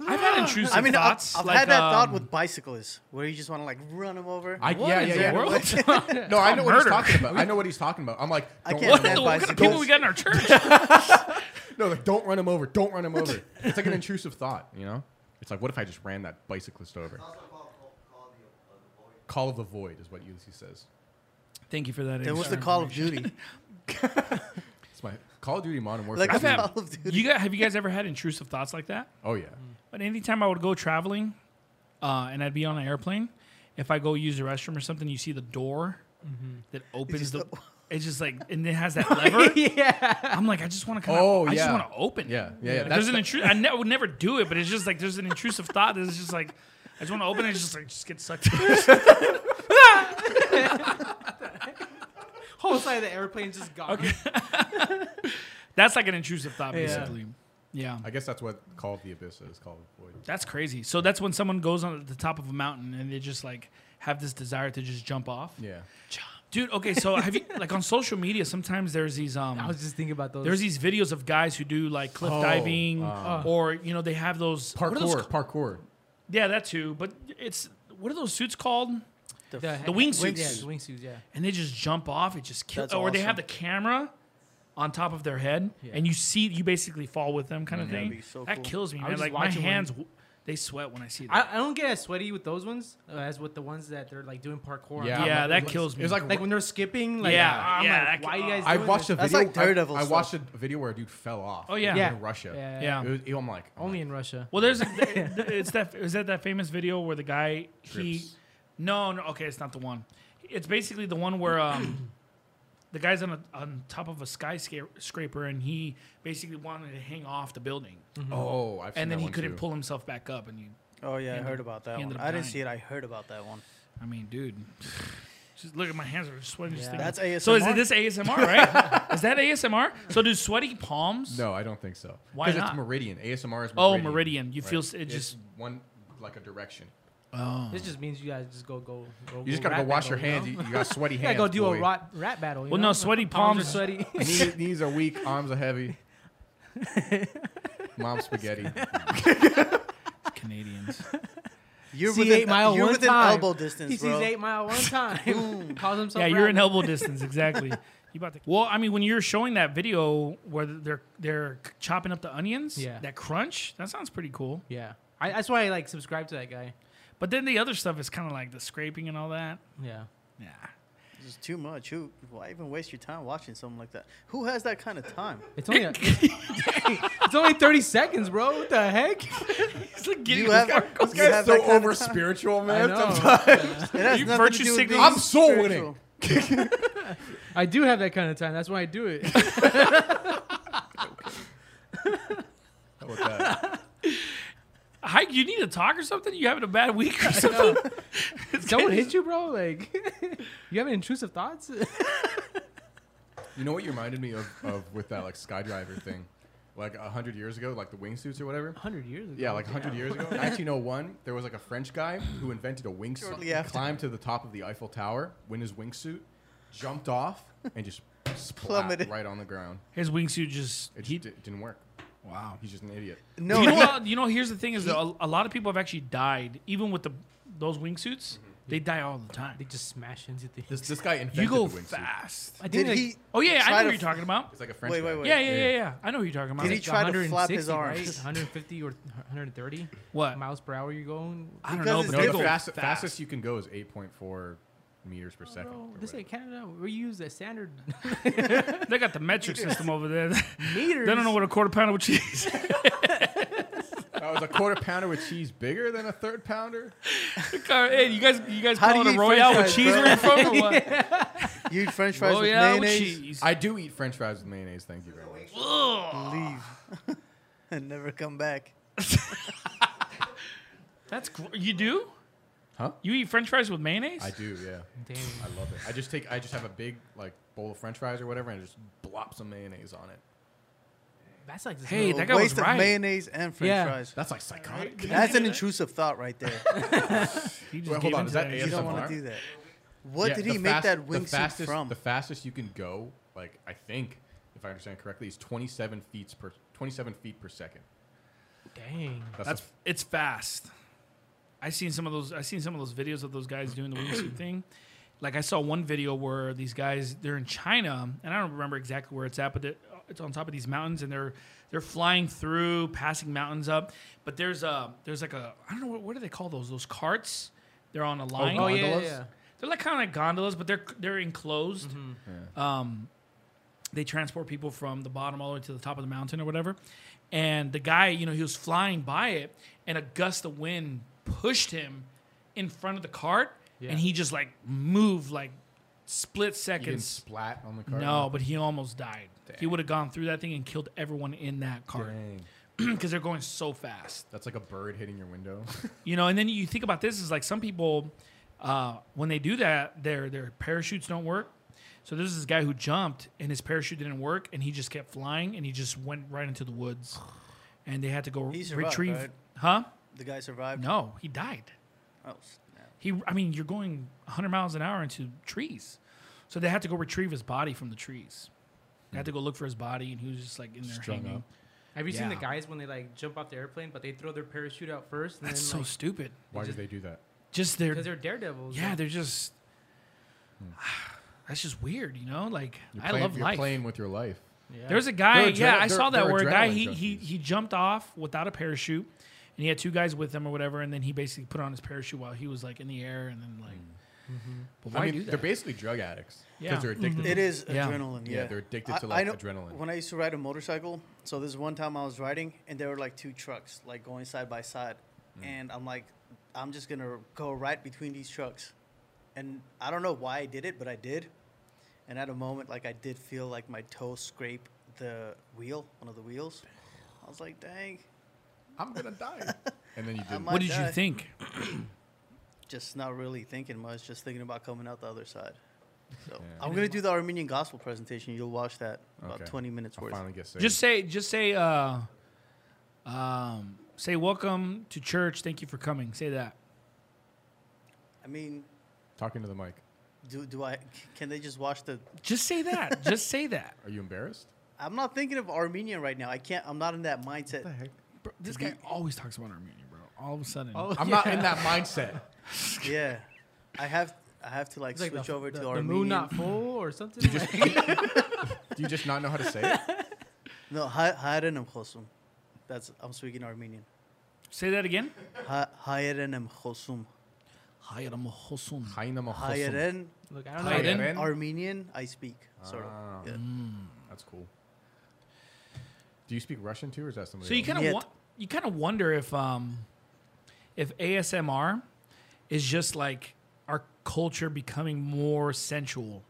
A: I've had intrusive
D: I mean, I've,
A: thoughts.
D: I've
A: like,
D: had that thought
A: um,
D: with bicyclists where you just want to like run them over.
C: I,
A: What
C: yeah,
A: in
C: yeah,
A: the
C: yeah.
A: world?
C: No, I know what
A: murder.
C: he's talking about. I know what he's talking about. I'm like,
D: I
C: don't
D: can't
C: run
A: What,
C: him
A: in the,
D: Bad
C: over.
A: what kind of people we got in our church?
C: No, like don't run him over. Don't run him over. It's like an intrusive thought, you know? It's like what if I just ran that bicyclist over?
E: also called Call, call the, of the Void.
C: Call of the void is what Ulysses says.
A: Thank you for that.
D: Then what's the
A: insight
D: Call of
A: information.
D: Duty?
C: It's my Call of Duty Modern Warfare.
D: Like
A: I've
D: the
C: 2.
A: had-
D: Call of Duty.
A: You guys, have you guys ever had intrusive thoughts like that?
C: oh yeah.
A: But anytime I would go traveling, uh, and I'd be on an airplane, if I go use the restroom or something, you see the door that opens
D: Mm-hmm. just
A: the.
D: op-
A: It's just like, and it has that lever.
B: yeah,
A: I'm like, I just want to kind of.
C: Oh,
A: I just
C: yeah.
A: want to open. it.
C: Yeah. Yeah,
A: Like,
C: yeah. That's
A: there's an intrusive. I ne- would never do it, but it's just like there's an intrusive thought that is just like, I just want to open it. It's just like just get sucked.
B: whole side of the airplane just gone.
A: Okay. That's like an intrusive thought,
B: Yeah.
A: basically. Yeah.
C: I guess that's what Call of the Abyss is, Call of the Void.
A: That's crazy. So that's when someone goes on the top of a mountain and they just like have this desire to just jump off.
C: Yeah.
A: Dude, okay, so have you like on social media sometimes there's these um
B: I was just thinking about those.
A: there's these videos of guys who do like cliff
C: Oh,
A: diving
C: uh,
A: or you know they have those what are those
C: Parkour,
A: ca-
C: parkour.
A: yeah, that too, but it's what are those suits called? the wingsuits.
B: Yeah, the wingsuits. Yeah.
A: And they just jump off, it just kills
D: That's
A: or they have the
D: awesome.
A: camera on top of their head
B: Yeah.
A: and you see you basically fall with them kind of
D: that'd
A: thing.
D: be so
A: that
D: cool.
A: kills me,
B: I
A: man.
B: was
A: Like
B: just
A: my
B: watching when-
A: hands w- they sweat when I see that.
B: I, I don't get as sweaty with those ones uh, as with the ones that they're like doing parkour. on.
C: Yeah.
A: yeah,
C: I'm-
A: that
C: it's-
A: kills me.
C: It was like,
B: Like when they're skipping. Like,
A: Yeah,
B: I'm
A: yeah,
B: like,
A: that-
B: why you guys?
C: I
B: doing
C: watched a
B: this?
C: video.
D: That's like Daredevil
C: I, I
D: stuff.
C: watched a video where a dude fell off.
A: Oh, yeah.
C: in
B: Yeah.
C: Russia.
B: Yeah.
A: Yeah.
C: It was, I'm like, oh,
B: Only in Russia.
A: Well, there's a, it's that is that that famous video where the guy he
C: Trips.
A: no no okay it's not the one it's basically the one where um the guy's on a, on top of a skyscraper and he basically wanted to hang off the building
C: oh, I've seen
A: Mm-hmm. and then
C: that
A: he
C: one
A: couldn't
C: too.
A: pull himself back up and you
D: Oh yeah, I
A: ended-
D: heard about that
A: he ended
D: one.
A: up
D: I didn't
A: dying.
D: see it. I heard about that one.
A: I mean dude just look at my hands are sweating just
B: Yeah.
A: thinking.
D: That's ASMR.
A: so is it this ASMR right is that ASMR so do sweaty palms
C: No, I don't think so.
A: Why
C: 'Cause
A: not?
C: It's meridian. ASMR is meridian.
A: oh meridian you feel
C: Right.
A: s- it
C: It's
A: just
C: one like a direction.
A: oh
B: This just means you guys just go go. go
C: You just gotta go
B: rat
C: wash your
B: battle, you know?
C: hands. You, you got sweaty
B: You
C: hands.
B: gotta go do
C: boy.
B: a rat, rat battle. you
A: Well,
B: know?
A: no, sweaty
B: palms are
A: palms-
B: sweaty.
C: Knee- knees are weak. Arms are heavy. Mom spaghetti.
A: Canadians
D: You're
B: Sees
D: within,
B: eight mile
D: you're
B: one
D: within
B: time.
D: elbow distance,
B: He sees
D: bro.
B: eight mile one time. calls himself.
A: yeah, you're
B: rat
A: in
B: battle.
A: elbow distance exactly. You about to, well, I mean, when you're showing that video where they're they're chopping up the onions,
B: Yeah.
A: that crunch, that sounds pretty cool.
B: Yeah, I, that's why I like subscribe to that guy.
A: But then the other stuff is kind of like the scraping and all that.
B: Yeah.
A: Yeah,
D: This is too much. Who? Why even waste your time watching something like that? Who has that kind of time?
B: It's only a, it's only thirty seconds, bro. What the heck?
A: it's like
D: You
A: getting
D: have,
C: This
D: you
C: guy's
D: have that
C: so
D: kind of
C: over
D: time.
C: spiritual,
B: I
C: man.
B: know.
D: It has
A: You
D: nothing to
A: virtue
D: do with
A: signal-
D: being
C: I'm soul winning.
D: spiritual.
B: I do have that kind of time. That's why I do it.
C: How about that?
A: Hike, you need to talk or something. You having a bad week or something?
B: Someone hit you, bro. Like, you have intrusive thoughts.
C: You know what you reminded me of, of with that like skydiver thing, like a hundred years ago, like the wingsuits or whatever.
B: Hundred years ago.
C: Yeah, like 100 years ago, 1901, there was like a French guy who invented a wingsuit.
D: Shortly
C: He
D: after.
C: climbed to the top of the Eiffel Tower, in his wingsuit, jumped off, and just splat
D: Plummeted.
C: right on the ground.
A: His wingsuit just
C: It
A: he.
C: just di- didn't work.
A: Wow.
C: He's just an idiot.
D: No,
A: you know,
D: he-
A: what, you know. Here's the thing: is that a, a lot of people have actually died, even with the those wingsuits. They die all the time.
B: They just smash into things.
C: This, this guy Mm-hmm. invented
A: You go
C: the wingsuit.
A: fast.
B: I
D: did
B: like,
D: he?
A: Oh yeah,
D: try
A: I know
D: to
A: what you're talking about.
C: It's like a French
D: Wait,
C: guy.
D: wait, wait.
A: Yeah, yeah, yeah, yeah. I know what you're talking about.
D: Did he
B: like
D: try to flap his
B: 160,
D: arms?
B: Right? 150 or 130
A: What?
B: miles per hour. You going?
A: I don't
D: Because
A: know.
D: it's
A: But
C: No,
A: they
D: They
C: the
A: go
C: fast,
A: fast.
C: fastest you can go is 8.4 meters per second.
B: Bro,
C: or
B: this ain't
C: whatever.
B: Canada. We use the standard
A: They got the metric system over there. they
B: meters.
A: don't know what a quarter pounder with cheese.
C: Oh, is a quarter pounder with cheese bigger than a third pounder?
A: hey, you guys, you guys
D: How do
A: calling a
D: you eat
A: royale
D: french
A: with
D: fries,
A: cheese
D: bro?
A: where you're from or what?
D: You eat French fries
A: Oh
D: with
A: yeah, with
D: mayonnaise.
A: cheese.
C: I do eat French fries with mayonnaise. Thank you very much.
D: Leave and never come back.
A: That's gr- you do?
C: Huh?
A: You eat French fries with mayonnaise?
C: I do, yeah.
B: Damn.
C: I love it. I just take, I just have a big like bowl of French fries or whatever, and just blop some mayonnaise on it.
B: That's like this
A: Hey,
B: little-
D: A
A: that guy was
D: waste
A: right.
D: of mayonnaise and French
B: Yeah.
D: fries.
C: That's like psychotic.
D: That's an intrusive thought right there.
A: He just
C: Wait, hold
A: gave
C: on,
A: into
C: is that
D: You don't want
C: ASMR?
D: to do that. What
C: Yeah,
D: did
C: the
D: he make
C: fast-
D: that
C: the
D: wingsuit
C: fastest,
D: from?
C: The fastest you can go, like I think, if I understand correctly, is 27 feet per 27 feet per second.
B: Dang.
C: That's,
A: That's
C: the-
A: it's fast. I seen some of those. I seen some of those videos of those guys doing the wingsuit thing. Like I saw one video where these guys they're in China and I don't remember exactly where it's at, but they're- uh, it's on top of these mountains and they're they're flying through, passing mountains up. But there's a there's like a I don't know what, what do they call those those carts? They're on a line.
B: Oh yeah, yeah,
C: Gondolas?
B: yeah.
A: They're like kind of like gondolas, but they're they're enclosed. Um, they transport people from the bottom all the way to the top of the mountain or whatever. And the guy, you know, he was flying by it, and a gust of wind pushed him in front of the cart,
B: Yeah.
A: and he just like moved like split
C: you didn't
A: seconds.
C: splat on the car.
A: No, but he almost died. He
C: Dang.
A: would have gone through that thing and killed everyone in that cart
C: Dang.
A: because they're going so fast
C: That's like a bird hitting your window.
A: you know and then you think about this is like some people uh, when they do that their their parachutes don't work so there's this guy who jumped and his parachute didn't work and he just kept flying and he just went right into the woods and they had to go
D: He survived,
A: retrieve
D: right?
A: huh
D: the guy survived.
A: no he died
D: Oh, snap.
A: he i mean you're going 100 miles an hour into trees so they had to go retrieve his body from the trees they had to go look for his body and he was just like in there
C: Strung
A: hanging
C: up.
B: Have you seen the
A: Yeah.
B: guys when they like jump off the airplane, but they throw their parachute out first? And
A: that's so
B: then,
A: stupid
C: Why
B: just-
C: did they do that?
A: just their
B: because they're daredevils.
A: yeah
B: like-
A: they're just that's just weird you know like
C: You're
A: i
C: playing,
A: love
C: you're
A: life
C: playing with your life.
B: yeah.
A: There's a guy,
C: They're adre-
A: yeah, I
C: they're-
A: saw that
C: they're
A: where a guy
C: adrenaline
A: he, he
C: junkies.
A: he jumped off without a parachute, and he had two guys with him or whatever, and then he basically put on his parachute while he was like in the air, and then like, but why
C: I mean,
A: do
C: they're
A: that?
C: basically drug addicts because
A: Yeah.
C: they're addicted.
D: It is
A: Yeah.
D: adrenaline.
C: Mm-hmm. Yeah,
D: Yeah.
C: they're addicted to, like, adrenaline.
D: When I used to ride a motorcycle, so this one time I was riding and there were like two trucks like going side by side,
C: Mm.
D: and I'm like, I'm just gonna go right between these trucks, and I don't know why I did it, but I did, and at a moment like I did feel like my toe scrape the wheel, one of the wheels. I was like, dang,
A: Mm-hmm.
C: I'm gonna die. And then you didn't.
D: might-
A: what did you
D: guy.
A: think?
D: just not really thinking much, just thinking about coming out the other side. So
C: Yeah.
D: I'm gonna do the Armenian gospel presentation. You'll watch that about
C: Okay.
D: 20 minutes
C: I'll
D: worth.
C: finally get saved.
A: Just say, just say, uh, um, say welcome to church. Thank you for coming. Say that.
D: I mean,
C: talking to the mic.
D: do do I? Can they just watch the?
A: Just say that. just say that.
C: Are you embarrassed?
D: I'm not thinking of Armenian right now. I can't. I'm not in that mindset.
C: heck?
A: Bro, this guy always talks about Armenia, bro. All of a sudden,
B: Oh,
C: I'm not in that mindset.
D: Yeah, I have. I have to like
B: It's like
D: switch
B: the,
D: over
B: the,
D: to
B: the
D: Armenian.
B: moon not full or something. like,
C: Do you just not know how to say it?
D: No, Ha- Hayarenem Khosum. That's I'm speaking Armenian.
A: say that again.
D: Ha- Hayarenem Khosum.
C: Haina Mahosum.
D: Hayaren
B: look, I don't know.
A: Hi, Hayaren.
C: Hayaren?
D: Armenian. I speak. Sorry.
C: Ah.
D: Yeah.
C: That's cool. Do you speak Russian too, or is that somebody?
A: So you
C: else?
A: kind of
D: Yet.
A: wa- you kind of wonder if um, if ASMR is just like our culture becoming more sensual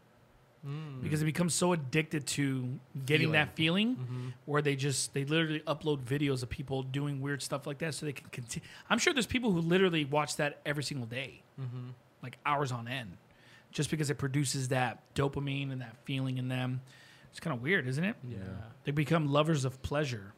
A: because it becomes so addicted to getting that feeling where they just they literally upload videos of people doing weird stuff like that so they can continue. I'm sure there's people who literally watch that every single day,
B: Mm-hmm.
A: like hours on end, just because it produces that dopamine and that feeling in them. It's kind of weird, isn't it?
B: Yeah.
A: They become lovers of pleasure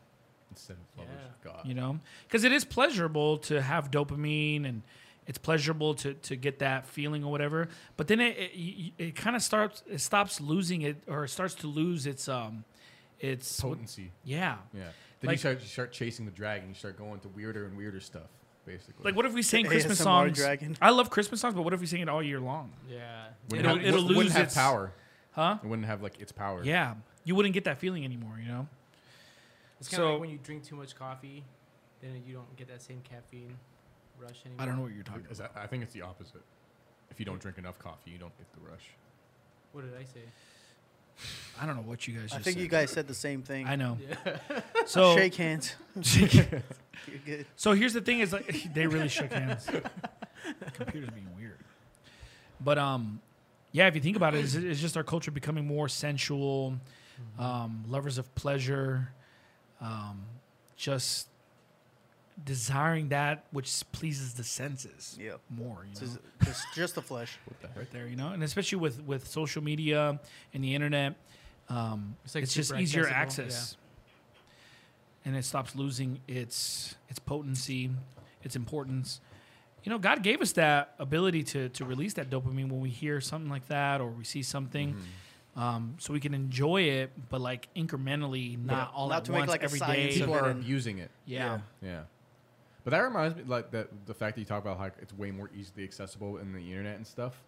C: instead of lovers of God.
A: you know because it is pleasurable to have dopamine and it's pleasurable to, to get that feeling or whatever but then it it, y- y- it kind of starts it stops losing it or it starts to lose its um its
C: Potency.
A: yeah
C: Yeah. Then you
A: Like-
C: start you start chasing the dragon. You start going to weirder and weirder stuff, basically.
A: like what if we sang christmas
D: ASMR
A: songs
D: dragon.
A: i love christmas songs but what if we sing it all year long
B: Yeah.
C: Wouldn't
A: it'll-
C: have-
A: it'll
C: wouldn't
A: lose
C: have
A: its-
C: power.
A: huh
C: It wouldn't have like its power.
A: yeah you wouldn't get that feeling anymore you know
B: It's kind of
A: So-
B: like when you drink too much coffee, then you don't get that same caffeine rush anymore.
A: i don't know what you're talking
C: Is
A: about
C: that- I think it's the opposite. If you don't drink enough coffee, you don't get the rush.
B: What did I say?
A: i don't know what you guys just
D: I think
A: said.
D: you guys said the same thing.
A: i know
B: Yeah.
A: so
D: Shake hands. You're good.
A: So here's the thing: is like they really shook hands. Computer's being weird, but um, yeah, if you think about it, it's, it's just our culture becoming more sensual, um, lovers of pleasure, um, just desiring that which pleases the senses
D: Yep.
A: more. You know?
D: Just, just, just the flesh.
A: right there, you know, and especially with with social media and the internet, um, it's,
B: It's, like,
A: just
B: super
A: easier
B: accessible,
A: access, and it stops losing its its potency, its importance. You know, God gave us that ability to to release that dopamine when we hear something like that or we see something. Um, so we can enjoy it, but like incrementally, not all
D: not
A: at
D: to make,
A: once
D: like, a
A: every
D: science
A: day.
D: of
C: People
D: it
C: are
D: and-
C: abusing it.
A: yeah.
C: Yeah. But that reminds me, like that the fact that you talk about how it's way more easily accessible in the internet and stuff.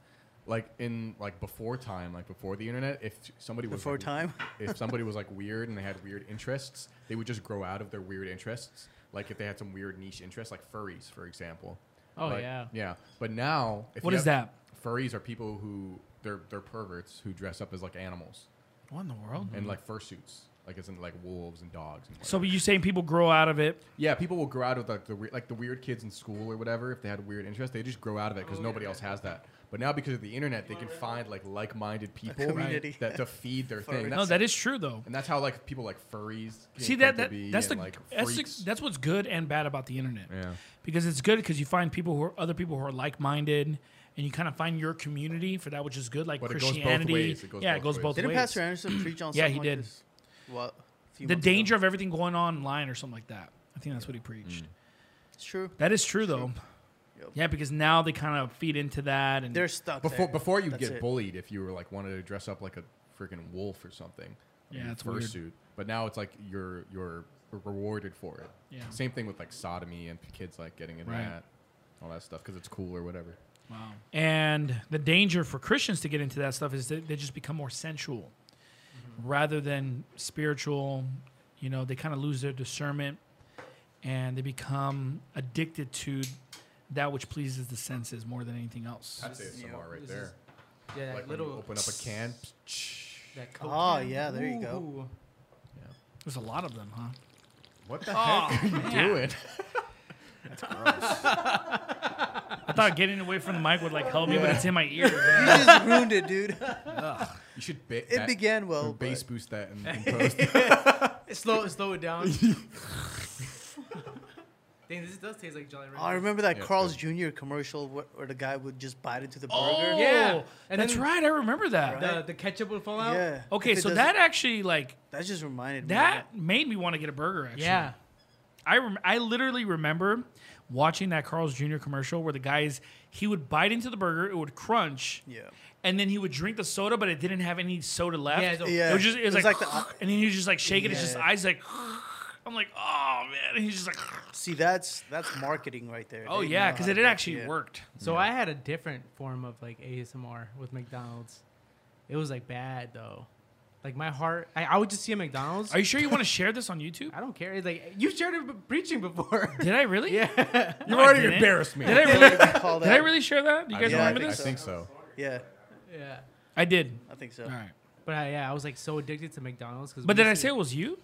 C: Like in like before time, like before the internet, if somebody was
D: Before
C: like,
D: time?
C: if somebody was like weird and they had weird interests, they would just grow out of their weird interests. Like if they had some weird niche interest, like furries, for example.
B: Oh,
C: Like,
B: yeah.
C: yeah. But now, if
A: What
C: you
A: is
C: have-
A: that?
C: Furries are people who they're they're perverts who dress up as like animals
A: What in the world?
B: Mm-hmm.
C: and like fursuits, like as in like wolves and dogs. And
A: So you saying people grow out of it?
C: yeah, people will grow out of like the weir- like the weird kids in school or whatever. If they had a weird interest, they just grow out of it because
D: Oh,
C: nobody else has that. But now because of the internet, they can find like like-minded people
D: community.
C: that to feed their
D: Furries.
C: thing.
A: No,
C: That's-
A: that is true though.
C: and that's how like people like furries. came-
A: See
C: came
A: that,
C: to
A: that
C: be
A: that's the
C: and, like
A: that's
C: freaks.
A: the, that's what's good and bad about the internet.
C: Yeah.
A: Because it's good because you find people who are other people who are like minded, and you kind of find your community for that which is good, like
C: But it goes both
A: Christianity.
C: ways. It goes
A: yeah, it
C: both
A: goes
C: ways.
A: both
D: Didn't
A: ways.
D: Pastor Anderson preach on
A: Yeah,
D: something
A: he
D: like
A: did.
D: this? What? a few
A: the
D: months ago?
A: danger of everything going on online or something like that. I think that's what he preached.
C: Mm.
D: It's true.
A: That is true though.
D: Yep.
A: Yeah, because now they kind of feed into that, and
D: They're stuck
C: before
D: there.
C: before you
D: That's
C: get
D: it.
C: bullied if you were like wanted to dress up like a freaking wolf or something.
A: Yeah,
C: in
A: that's weird.
C: fursuit. But now it's like you're you're rewarded for it.
A: Yeah.
C: Same thing with like sodomy and kids like getting into
A: Right.
C: that, all that stuff because it's cool or whatever.
A: Wow. And the danger for Christians to get into that stuff is that they just become more sensual rather than spiritual. You know, they kind of lose their discernment and they become addicted to that which pleases the senses more than anything else.
C: That's ASMR
D: Yeah.
C: right
B: This
C: there.
B: is- Yeah, that
C: like
B: little.
C: when you open up a can.
B: That Coke
D: Oh,
B: can.
D: yeah, there you go.
B: Ooh.
A: There's a lot of them, huh?
C: What
B: oh,
C: the heck are you doing?
A: I thought getting away from the mic would like help me, but it's in my ear.
D: You just ruined it, dude.
C: You should ba-
D: It began well,
C: Bass
D: but
C: boost that and, post.
B: Slow, slow it down. Dang, this does taste like Jolly Rancher.
D: Oh, I remember that
C: Yeah, it's
D: Carl's Jr. commercial where, where the guy would just bite into the burger.
A: Oh,
B: Yeah. And
A: that's
B: then-
A: right. I remember that.
B: The, the ketchup will fall out.
D: Yeah.
A: Okay,
D: If it
A: so
D: doesn't-
A: that actually like
D: that just reminded me. of
A: that made me want to get a burger. Actually,
B: Yeah.
A: I rem- I literally remember watching that Carl's Jr. commercial where the guys he would bite into the burger, it would crunch,
D: Yeah.
A: and then he would drink the soda, but it didn't have any soda left.
B: Yeah, it's a-
D: Yeah.
A: It was just it was, like,
D: the-
A: and then he was just like shaking. It's just
D: Yeah.
A: eyes like, I'm like, oh man, and he's just like,
D: See, that's that's marketing right there.
A: oh
D: They
A: yeah,
D: know
A: because
D: how
A: it,
D: to
A: had
D: do-
A: actually
D: yeah.
A: worked.
B: So I had a different form of like ASMR with McDonald's. It was like bad though. Like my heart, I, I would just see a McDonald's.
A: Are you sure you want to share this on YouTube?
B: I don't care. It's like you shared it b- preaching before.
A: Did I really? Yeah.
C: You've
A: I
C: already
A: didn't.
C: embarrassed me.
A: Did I really?
D: They call
A: Did
D: that-
A: I really share that? Do you guys
D: Yeah,
A: remember
C: I,
A: this?
C: I think so.
D: Yeah,
B: yeah.
A: I did.
D: I think so.
A: All right.
B: But I, yeah, I was like so addicted to McDonald's. Cause
A: But
B: we
A: did I
B: used
A: say
B: to-
A: it was you?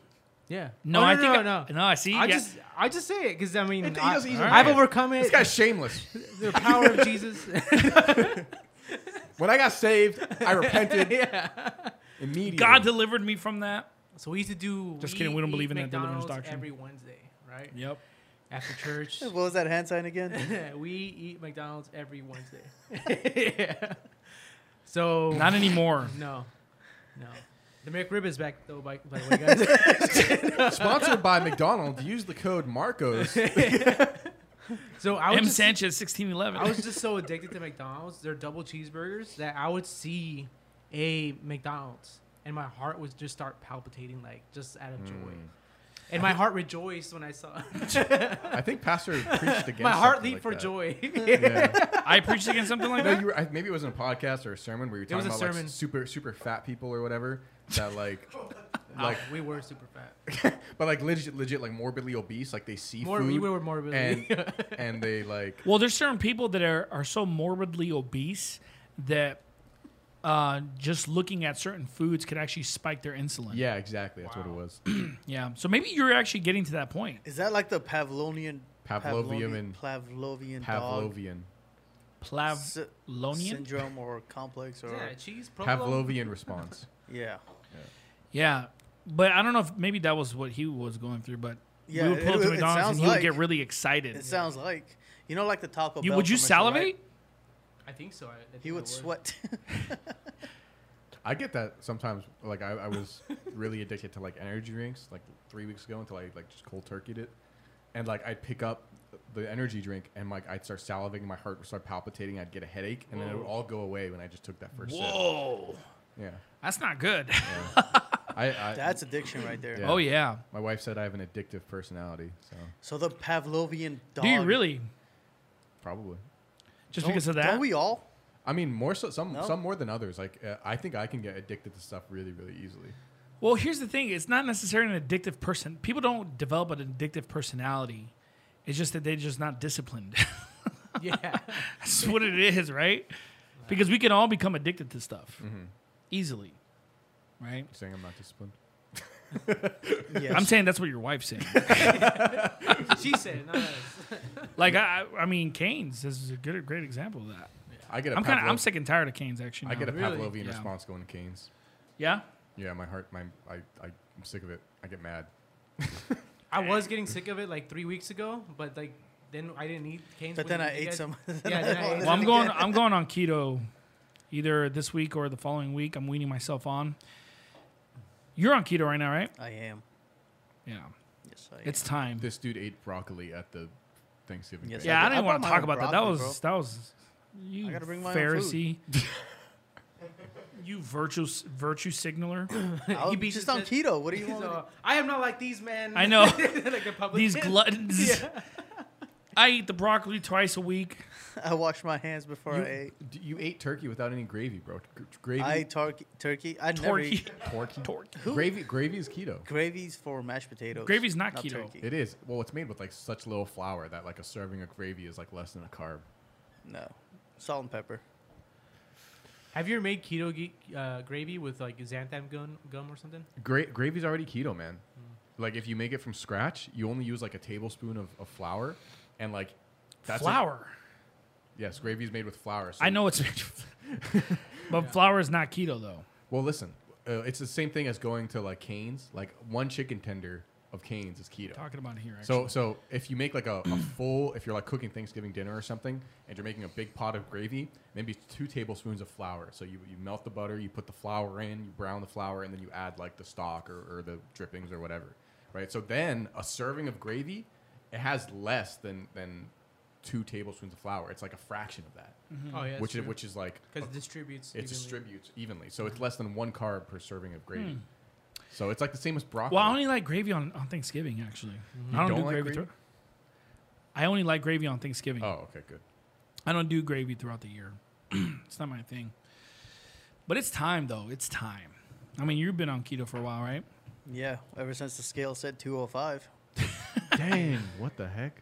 B: Yeah.
A: No,
B: Oh,
A: I think
B: no,
A: I-
B: no.
A: no, I see,
B: I
A: yeah.
B: just, I just say it because I mean,
C: He
B: I,
C: doesn't- he's a
B: I've
C: man.
B: overcome it.
C: This guy's shameless.
B: the power of Jesus.
C: When I got saved, I repented
B: yeah.
C: immediately.
A: God delivered me from that.
B: So we used to do.
A: Just kidding, we don't
B: eat
A: believe in that deliverance
B: McDonald's
A: doctrine.
B: Every Wednesday, right?
A: Yep.
B: After church.
D: What was that hand sign again?
B: we eat McDonald's every Wednesday. yeah. So
A: Not anymore.
B: no, no. The McRib is back though. By, by the way, guys.
C: Sponsored by McDonald's. Use the code Marcos.
B: so I was
A: M
B: just,
A: Sanchez, sixteen eleven.
B: I was just so addicted to McDonald's, their double cheeseburgers, that I would see a McDonald's and my heart would just start palpitating, like just out of
C: Hmm.
B: joy. And my heart rejoiced when I saw.
C: I think Pastor preached against
B: my heart
C: something
B: leaped
C: like
B: for
C: that.
B: joy.
C: Yeah.
A: I preached against something like
C: No,
A: that.
C: you were, I, maybe it was in a podcast or a sermon where you were
B: was
C: talking
B: a
C: about like
B: sermon.
C: super super fat people or whatever that like like
B: we were super fat.
C: but like legit legit like morbidly obese like they see
B: More,
C: food
B: we were more
C: and
B: really.
C: and they like
A: Well, there's certain people that are, are so morbidly obese that uh, just looking at certain foods could actually spike their insulin.
C: yeah exactly that's what it was
A: Yeah. So maybe you're actually getting to that point.
D: Is that like the Pavlovian?
C: Pavlovian and-
D: Pavlovian. Pavlovian. Dog?
C: Pavlovian
A: Plavlonian.
D: Sy- syndrome or complex or
C: uh,
B: Yeah, cheese, provolone.
C: Pavlovian response.
D: yeah.
A: Yeah, but I don't know if maybe that was what he was going through. But
D: Yeah,
A: we would pull
D: it-
A: up to
D: it- it
A: McDonald's and
D: sounds
A: he would get
D: like-
A: really excited.
D: It sounds like you know, like the Taco
A: You,
D: Bell
A: would you
D: commercial, right?
A: salivate?
B: I think so. I, I think
D: He
B: I
D: would sweat.
C: I get that sometimes. Like I, I was really addicted to like energy drinks like three weeks ago until I like just cold turkeyed it, and like I'd pick up the energy drink and like I'd start salivating, my heart would start palpitating, I'd get a headache, and then it would all go away when I just took that first
A: Whoa,
C: sip. Yeah,
A: that's not good.
C: I. I
D: That's addiction right there.
C: Yeah.
A: Oh yeah,
C: my wife said I have an addictive personality, so
D: So the Pavlovian dog.
A: do you really?
C: probably.
A: Just
D: Don't-
A: because of that?
D: Don't we all?
C: I mean, more so some
D: No?
C: some more than others. Like uh, I think I can get addicted to stuff really really easily.
A: Well, here's the thing: it's not necessarily an addictive person. People don't develop an addictive personality. It's just that they're just not disciplined.
B: would. Yeah.
A: That's what it is, right? Because we can all become addicted to stuff
C: Mm-hmm.
A: easily, right?
C: Saying I'm not disciplined.
D: Yes.
A: I'm saying that's what your wife's saying.
B: she said, it, not us.
A: like I, I I mean, Canes is a good, great example of that.
C: I get a
A: I'm kind of, I'm
C: Pavlov-
A: sick and tired of Canes actually.
C: I
A: now.
C: get a
B: Really?
C: Pavlovian
A: Yeah.
C: response going to Canes.
A: yeah.
C: Yeah, my heart, my I, I, I'm sick of it. I get mad.
B: I was getting sick of it like three weeks ago, but like then I didn't eat canes.
D: But
B: when
D: then I
B: you
D: ate
B: guys-
D: some.
B: Yeah, then I ate
A: Well, I'm going. I'm going on keto, either this week or the following week. I'm weaning myself on. You're on keto right now, right?
D: I am.
A: Yeah.
D: Yes, I am.
A: It's time.
C: This dude ate broccoli at the Thanksgiving.
D: Yes,
C: Yes,
A: Yeah, I
D: I
A: didn't want to
D: brought my
A: talk
D: own
A: about that. That
D: broccoli,
A: was
D: bro.
A: that was you
D: I gotta bring my own
A: Pharisee. you virtue virtue signaler.
D: I was
B: beat
D: just
B: the
D: on
B: shit.
D: keto. What do you want? me to-
B: So, I am not like these men.
A: I know.
B: like the public.
A: These gluttons. I eat the broccoli twice a week.
D: I washed my hands before
C: you,
D: I ate.
C: d- you ate turkey without any gravy, bro. G- gravy,
D: I ate turkey. Turkey. I never
A: Turkey.
D: eat
C: turkey,
A: Turkey.
C: gravy. Gravy is keto.
D: gravies for mashed potatoes.
A: Gravy's not keto.
D: turkey.
C: It is. Well, it's made with like such little flour that like a serving of gravy is like less than a carb.
D: No, salt and pepper.
B: Have you ever made keto ge- uh, gravy with like xanthan gum, gum or something?
C: Gra- gravy's already keto, man.
A: Mm.
C: Like if you make it from scratch, you only use like a tablespoon of, of flour, and like that's like-
A: flour.
C: yes, gravy is made with flour. So
A: I know it's, but flour is not keto though.
C: Well, listen, uh, it's the same thing as going to like Canes. Like one chicken tender of Canes is keto.
A: Talking about it here. Actually.
C: So, so if you make like a, a full, if you're like cooking Thanksgiving dinner or something, and you're making a big pot of gravy, maybe two tablespoons of flour. So you, you melt the butter, you put the flour in, you brown the flour, and then you add like the stock or, or the drippings or whatever, right? So then a serving of gravy, it has less than than two tablespoons of flour. It's like a fraction of that,
B: Oh yeah.
C: which is which is like a
B: because it distributes.
C: it
B: evenly.
C: distributes evenly. So it's less than one carb per serving of gravy. So it's like the same as broccoli.
A: well, I only like gravy on, on Thanksgiving actually.
D: Mm-hmm.
A: I don't,
C: don't
A: do
C: like
A: gravy.
C: gravy?
A: through- I only like gravy on Thanksgiving.
C: oh, okay, good.
A: I don't do gravy throughout the year. it's not my thing. But it's time though. It's time. I mean, you've been on keto for a while, right?
D: Yeah, ever since the scale said 205.
C: Dang, what the heck?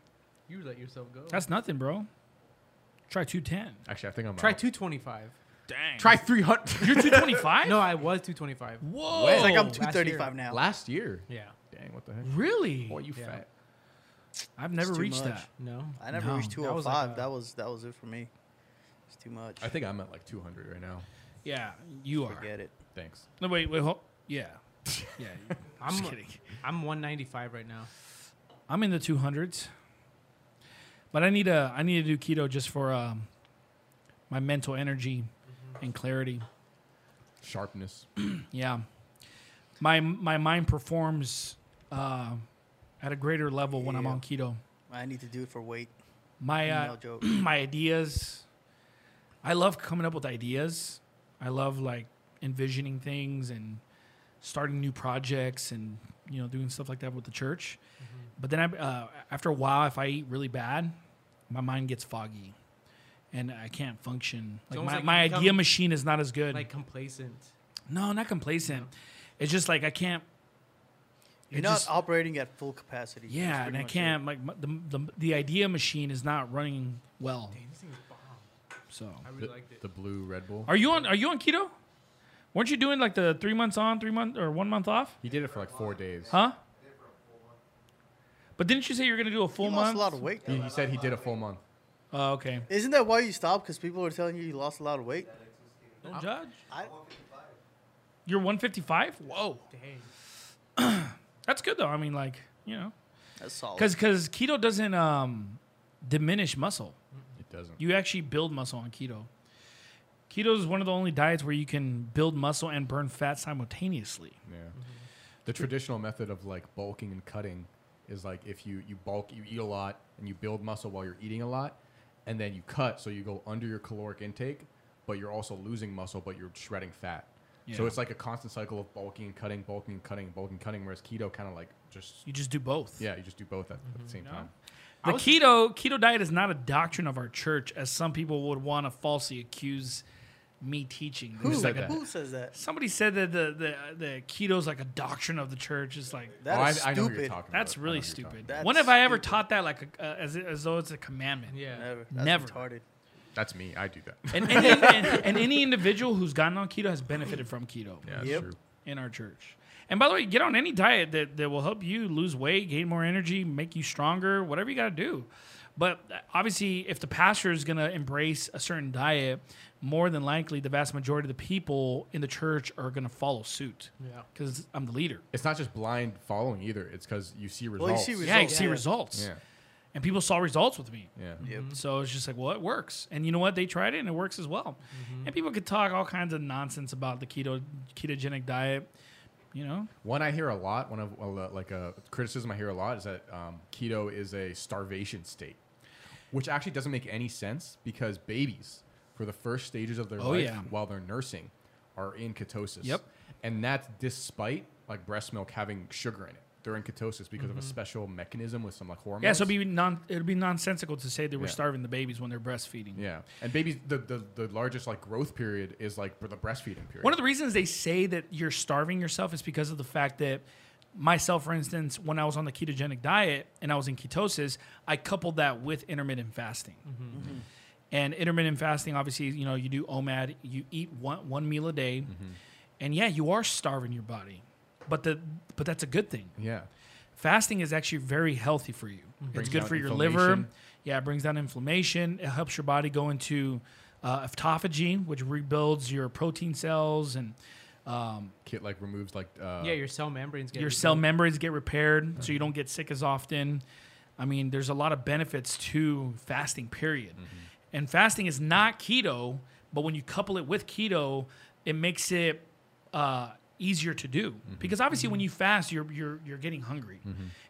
B: You let yourself go.
A: That's nothing, bro. Try 210.
C: Actually, I think I'm
B: Try
C: out.
B: two twenty five.
A: Dang.
C: try 300
A: You're 225?
B: No, I was two twenty five.
C: Oh,
A: Whoa.
D: It's like I'm
B: year.
D: 235 now.
C: last year.
B: Yeah.
C: Dang, what the heck?
A: Really?
C: Boy, you
B: Yeah.
C: fat.
A: I've never
D: It's too
A: reached
D: much.
A: that.
B: No.
D: I never
A: No,
D: reached
B: that was
D: 205.
B: like
D: That was,
B: a-
D: that was it for me. It's too much.
C: I think I'm at like 200 right now.
A: Yeah, you are.
D: Forget it.
C: Thanks.
A: No, wait, wait, hold. Yeah. Yeah. I'm
B: I'm-
A: just kidding.
B: I'm one ninety five right now.
A: I'm in the 200s. But I need a I need to do keto just for um, my mental energy and clarity.
C: Sharpness.
A: Yeah. My my mind performs uh, at a greater level when I'm
D: Yeah.
A: on keto.
D: I need to do it for weight.
A: My uh,
D: No joke.
A: my ideas. I love coming up with ideas. I love like envisioning things and starting new projects and you know doing stuff like that with the church.
B: Mm-hmm.
A: But then I, uh, after a while, if I eat really bad, my mind gets foggy, and I can't function. Like my,
B: almost like you
A: my
B: become-
A: idea machine is not as good.
B: Like complacent.
A: no, not complacent. It's just like I can't.
D: You're
A: it
D: not
A: just-
D: operating at full capacity. That's
A: yeah, and
D: pretty
A: I
D: much it.
A: can't like my, the, the the idea machine is not running well.
B: Dang, this thing's bomb.
A: So
B: I really
C: The,
B: liked it.
C: the blue Red Bull.
A: Are you on? Are you on keto? Weren't you doing like the three months on, three month or one month off?
C: He did it for like four days.
A: Huh? But didn't you say you were gonna do a full
D: He lost
A: month?
D: a lot of weight.
C: He, he said he did a full month.
A: Oh, okay.
D: Isn't that why you stopped? Because people were telling you you lost a lot of weight.
A: Don't judge.
D: I,
A: You're 155. Whoa,
B: Dang.
A: that's good though. I mean, like you know,
D: that's solid.
A: because because keto doesn't um diminish muscle.
C: It doesn't.
A: You actually build muscle on keto. Keto is one of the only diets where you can build muscle and burn fat simultaneously.
C: Yeah. The traditional method of like bulking and cutting is like if you you bulk, you eat a lot, and you build muscle while you're eating a lot, and then you cut, so you go under your caloric intake, but you're also losing muscle, but you're shredding fat. So
A: Yeah.
C: it's like a constant cycle of bulking and cutting, bulking and cutting, bulking and cutting. Whereas keto kind of like just
A: You just do both.
C: yeah, you just do both at, at the same
A: Yeah.
C: time.
A: The keto keto diet is not a doctrine of our church, as some people would want to falsely accuse me teaching.
D: who,
A: It's like
C: said
A: a-
C: that?
D: who says that?
A: somebody said that the the the keto is like a doctrine of the church. It's like
D: That
C: Oh,
D: is
C: I, I know what you're
D: stupid.
C: talking
A: that's
C: about. I know
A: really
C: what you're talking
A: stupid.
C: about.
D: That's
A: when have I ever
D: stupid.
A: taught that like a, uh, as as though it's a commandment?
B: Yeah.
D: Never. That's
A: Never.
D: retarded.
C: That's me. I do that.
A: And any, and, and any individual who's gotten on keto has benefited from keto
C: Yeah, that's
D: Yep.
C: true.
A: in our church. And by the way, get on any diet that, that will help you lose weight, gain more energy, make you stronger, whatever you got to do. But uh, obviously, if the pastor is going to embrace a certain diet, more than likely the vast majority of the people in the church are going to follow suit.
B: Yeah.
A: Because I'm the leader.
C: It's not just blind following either. It's because you see
D: Well,
C: results.
D: you see
A: Yeah, you
D: Results,
A: see
D: yeah.
A: results.
C: Yeah.
A: And people saw results with me.
C: Yeah.
D: Yep.
A: So it's just like, well, it works. And you know what? They tried it and it works as well.
D: Mm-hmm.
A: And people could talk all kinds of nonsense about the keto ketogenic diet, you know?
C: One I hear a lot, one of well, uh, like a criticism I hear a lot is that um, keto is a starvation state, which actually doesn't make any sense because babies, for the first stages of their
A: Oh,
C: life
A: yeah.
C: while they're nursing, are in ketosis.
A: Yep.
C: And that's despite like breast milk having sugar in it. They're in ketosis because of a special mechanism with some like hormones.
A: Mm-hmm. Yeah, so it'd be non it'd be nonsensical to say they were
C: Yeah.
A: starving the babies when they're breastfeeding.
C: yeah, and babies the, the the largest like growth period is like for the breastfeeding period.
A: One of the reasons they say that you're starving yourself is because of the fact that myself, for instance, when I was on the ketogenic diet and I was in ketosis, I coupled that with intermittent fasting. And intermittent fasting, obviously, you know, you do OMAD, you eat one one meal a day,
C: Mm-hmm.
A: and yeah, you are starving your body, but the but that's a good thing.
C: yeah,
A: fasting is actually very healthy for you. It's
C: Mm-hmm. Brings
A: good
C: down
A: for your liver.
C: inflammation.
A: Yeah, it brings down inflammation. It helps your body go into uh, autophagy, which rebuilds your protein cells and um,
C: kit like removes like uh,
B: yeah, your cell membranes get
A: your
B: rebuilt.
A: cell membranes get repaired, so you don't get sick as often. I mean, there's a lot of benefits to fasting, period.
B: Mm-hmm.
A: And fasting is not keto, but when you couple it with keto, it makes it uh, easier to do
B: Mm-hmm.
A: because obviously when you fast, you're you're you're getting hungry,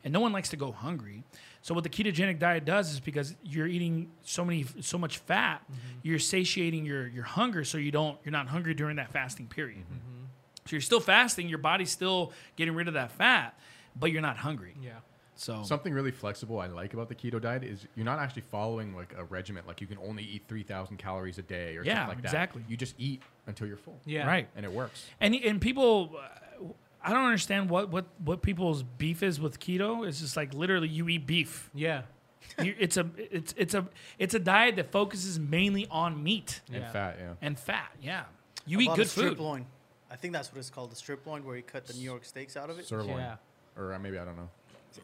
A: and no one likes to go hungry. So what the ketogenic diet does is because you're eating so many so much fat,
B: Mm-hmm.
A: you're satiating your your hunger, so you don't you're not hungry during that fasting period.
B: Mm-hmm.
A: So you're still fasting, your body's still getting rid of that fat, but you're not hungry.
B: Yeah.
A: So
C: Something really flexible I like about the keto diet is you're not actually following like a regiment. Like you can only eat 3,000 calories a day or
A: Yeah,
C: something like that.
A: exactly.
C: You just eat until you're full.
B: Yeah.
A: right.
C: And it works.
A: And and people uh, I don't understand what what what people's beef is with keto. It's just like literally you eat beef.
B: Yeah.
A: You- it's a it's it's a it's a diet that focuses mainly on meat
B: Yeah.
C: And fat, yeah.
A: and fat. Yeah. You
D: About
A: eat
D: a
A: good
D: strip
A: food.
D: loin. I think that's what it's called, the strip loin, where you cut the New York steaks out of it.
C: Sirloin.
B: Yeah.
C: Or uh, maybe I don't know.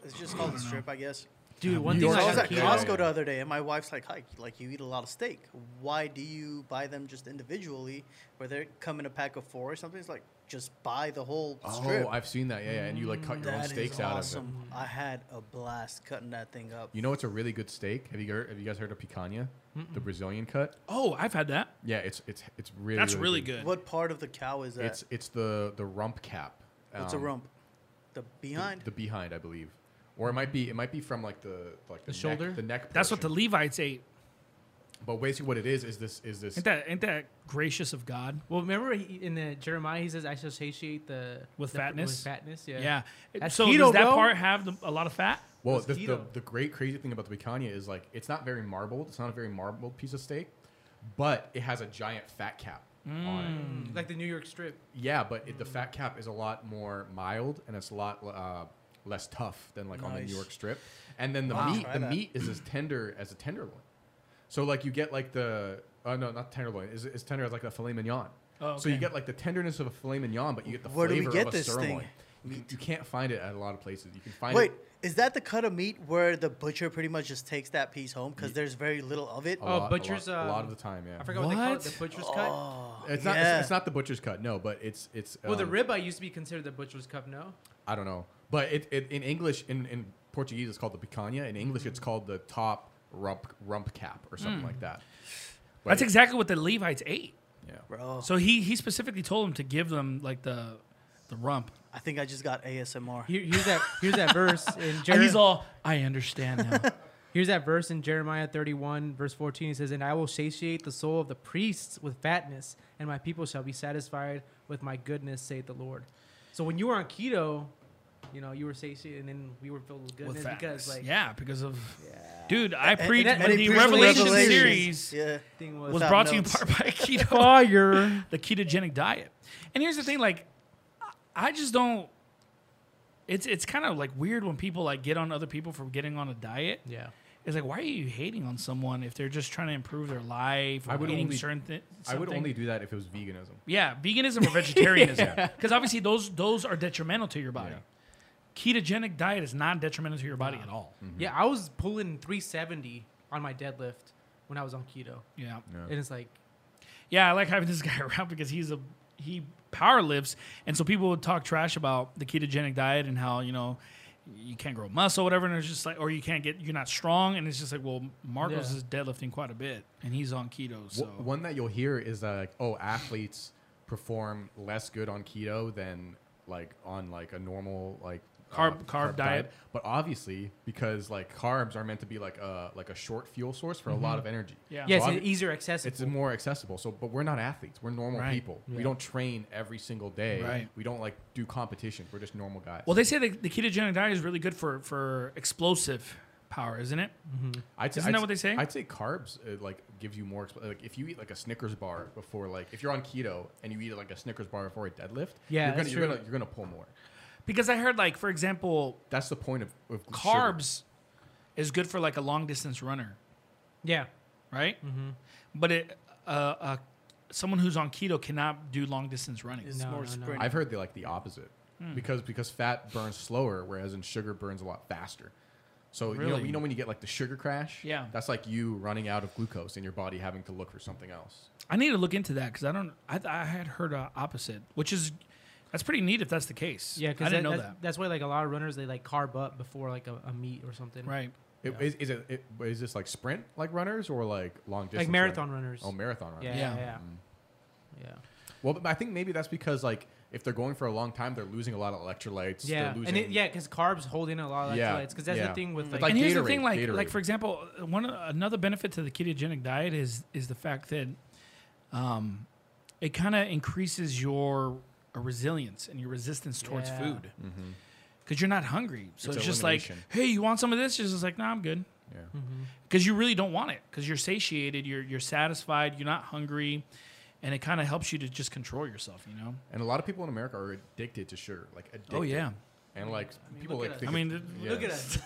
D: It's just called a strip, I guess.
B: Dude, one
C: New
B: thing
C: York
D: So I
B: I
D: was
B: got
D: at
C: Steak. Yeah, yeah,
B: keto.
D: Costco
C: yeah.
D: the other day, and my wife's like, "Hi, like you eat a lot of steak. Why do you buy them just individually, where they come in a pack of four or something?" It's like, just buy the whole strip. Mm,
C: Oh, I've seen that. Yeah, yeah. And you like cut your own
D: That is
C: steaks out of it.
D: awesome. I had a blast cutting that thing up.
C: You know it's a really good steak? Have you heard, have you guys heard of picanha? The Brazilian cut?
A: Oh, I've had that.
C: Yeah, it's it's it's really
A: That's really good.
D: What part of the cow is that?
C: It's it's the the rump cap.
D: What's a
C: Um,
D: rump? The
C: the-
D: behind.
C: The, behind, I believe. Or it might be it might be from like the like the,
B: The shoulder?
C: neck, the neck.
A: That's what the
C: portion.
A: Levites ate.
C: But basically, what it is is this is this
A: Ain't that ain't that gracious of God?
B: Well, remember he, in the Jeremiah, he says, "I shall satiate the
A: With
B: the- With
A: fatness?
B: fatness, yeah.
A: Yeah.
B: That's
A: so
B: keto,
A: does that
B: bro.
A: part have the, a lot of fat?
C: Well,
B: It's
C: the, the,
B: keto.
C: the great crazy thing about the picanha is like it's not very marbled. It's not a very marbled piece of steak, but it has a giant fat cap on it.
B: Mm. Like the New York Strip.
C: Yeah, but it, the fat cap is a lot more mild and it's a lot uh, less tough than like on the New
D: Nice.
C: York Strip. And then the
D: Wow.
C: meat,
D: Try
C: the
D: that.
C: meat is as tender as a tenderloin. So like you get like the oh no, not tenderloin. Is as tender as like a filet mignon.
A: Oh,
C: So you
A: okay.
C: get like the tenderness of a filet mignon, but you get the
D: Where do we
C: flavor
D: get
C: of a
D: this thing?
C: sirloin. You, you can't find it at a lot of places. You can find
D: Wait,
C: it.
D: is that the cut of meat where the butcher pretty much just takes that piece home because there's very little of it?
C: A
B: Oh,
C: lot,
B: butchers,
C: A lot, a lot
B: um,
C: of the time, yeah.
B: I forgot what, Oh. they call it.
A: What?
B: The butcher's cut.
C: It's not.
D: Oh, Yeah.
C: It's, it's not the butcher's cut. No, but it's it's.
B: Well, the
C: um,
B: ribeye used to be considered the butcher's cut. No.
C: I don't know, but it, it in English in, in Portuguese it's called the picanha. In English, it's called the top rump rump cap or something like that. But
A: Hmm. That's
C: it-
A: exactly what the Levites ate.
C: yeah.
D: Bro,
A: So he he specifically told them to give them like the the rump.
D: I think I just got ASMR.
B: Here, here's that. Here's that verse in
A: And he's
B: Jeremiah.
A: all, I understand now.
B: Here's that verse in Jeremiah 31, verse 14. It says, And I will satiate the soul of the priests with fatness, and my people shall be satisfied with my goodness, saith the Lord. So when you were on keto, you know, you were satiated, and then we were filled with goodness
A: with
B: because,
A: fatness.
B: like,
A: yeah, because of dude, I
D: and-
A: preached
B: and
A: when
B: it
A: the
B: preached
A: Revelation
B: Revelations.
A: series
D: Yeah.
B: thing was,
A: was
D: Without
A: brought
D: notes.
A: to you in part by keto,
B: fire.
A: the ketogenic diet. And here's the thing, like, I- I just don't. It's it's kind of like weird when people like get on other people for getting on a diet.
B: Yeah.
A: It's like, why are you hating on someone if they're just trying to improve their life? Or
C: I would
A: eating
C: only-
A: certain thi-
C: I would
A: something?
C: only do that if it was veganism.
A: Yeah, veganism or vegetarianism. Because obviously those those are detrimental to your body. Ketogenic diet is not detrimental to your body at all.
B: Yeah, Mm. I was pulling 370 on my deadlift when I was on keto.
A: Yeah.
B: And it's like,
A: Yeah, I like having this guy around because he's a he power lifts and so people would talk trash about the ketogenic diet and how, you know, you can't grow muscle, whatever, and it's just like, or you can't get, you're not strong, and it's just like, well, Marcos
B: Yeah.
A: is deadlifting quite a bit, and he's on keto, so
C: Wh- One that you'll hear is that like, oh, athletes perform less good on keto than like on like a normal like uh,
A: Carb- carb diet.
C: But obviously, because like carbs are meant to be like a like a short fuel source for a lot of energy.
A: Mm-hmm. Yeah.
B: yeah, it's e-,
C: Well, I'm-
B: easier accessible.
C: It's more accessible. So, but we're not athletes. We're normal
A: Right.
C: people.
B: Yeah.
C: We don't train every single day.
A: Right.
C: We don't like do competitions. We're just normal guys.
A: well, they say the, the ketogenic diet is really good for for explosive power, isn't it?
C: I'd say,
A: Isn't
C: I'd
A: that
C: s-
A: what they say?
C: I'd say carbs uh, like gives you more. exp- Like if you eat like a Snickers bar before, like if you're on keto and you eat like a Snickers bar before a deadlift,
B: Yeah,
C: you're gonna,
B: that's
C: you're
B: true.
C: gonna you're gonna pull more.
A: Because I heard like, for example,
C: That's the point of, of sugar.
A: carbs is good for like a long distance runner,
B: yeah.
A: right?
B: Mm-hmm.
A: But it, uh, uh, someone who's on keto cannot do long distance running.
D: It's
B: No,
D: more
B: no, no.
D: sprint.
C: I've heard they like the opposite
A: Hmm.
C: because because fat burns slower, whereas in sugar burns a lot faster. So you know
A: Really?
C: you know when you get like the sugar crash,
A: Yeah.
C: that's like you running out of glucose and your body having to look for something else.
A: I need to look into that because I don't. I, th- I had heard uh, opposite, which is that's pretty neat if that's the case.
B: Yeah,
A: I
B: because
A: didn't know
B: that's,
A: that.
B: that's why, like, a lot of runners, they, like, carb up before, like, a, a meet or something.
A: Right.
C: It, is, is it, it is this like sprint like runners or like long distance
B: Like marathon
C: running?
B: runners.
C: Oh, marathon runners.
B: Yeah,
A: Yeah.
B: yeah, yeah. Yeah.
C: Well, but I think maybe that's because like if they're going for a long time, they're losing a lot of electrolytes.
B: Yeah,
C: they're losing,
B: and it, yeah, because carbs hold in a lot of
C: Yeah,
B: electrolytes. Because that's
C: yeah.
B: the thing with
C: But
B: like,
C: like-
A: and here's the thing,
C: Gatorade,
A: like
C: Gatorade.
A: like for example, uh, one another benefit to the ketogenic diet is is the fact that, um, it kind of increases your uh, resilience and your resistance towards
B: Yeah.
A: food because you're not hungry. So it's,
C: It's
A: just like,
C: elimination.
A: hey, you want some of this? You're just like, no, I'm good.
C: Yeah.
A: Because you really don't want it because you're satiated, you're you're satisfied, you're not hungry, and it kind of helps you to just control yourself. You know?
C: And a lot of people in America are addicted to sugar, like addicted.
A: Oh yeah.
C: And like people
B: look
C: like
B: at
C: think
A: I mean,
C: of-
A: th-
C: yeah.
B: look at us,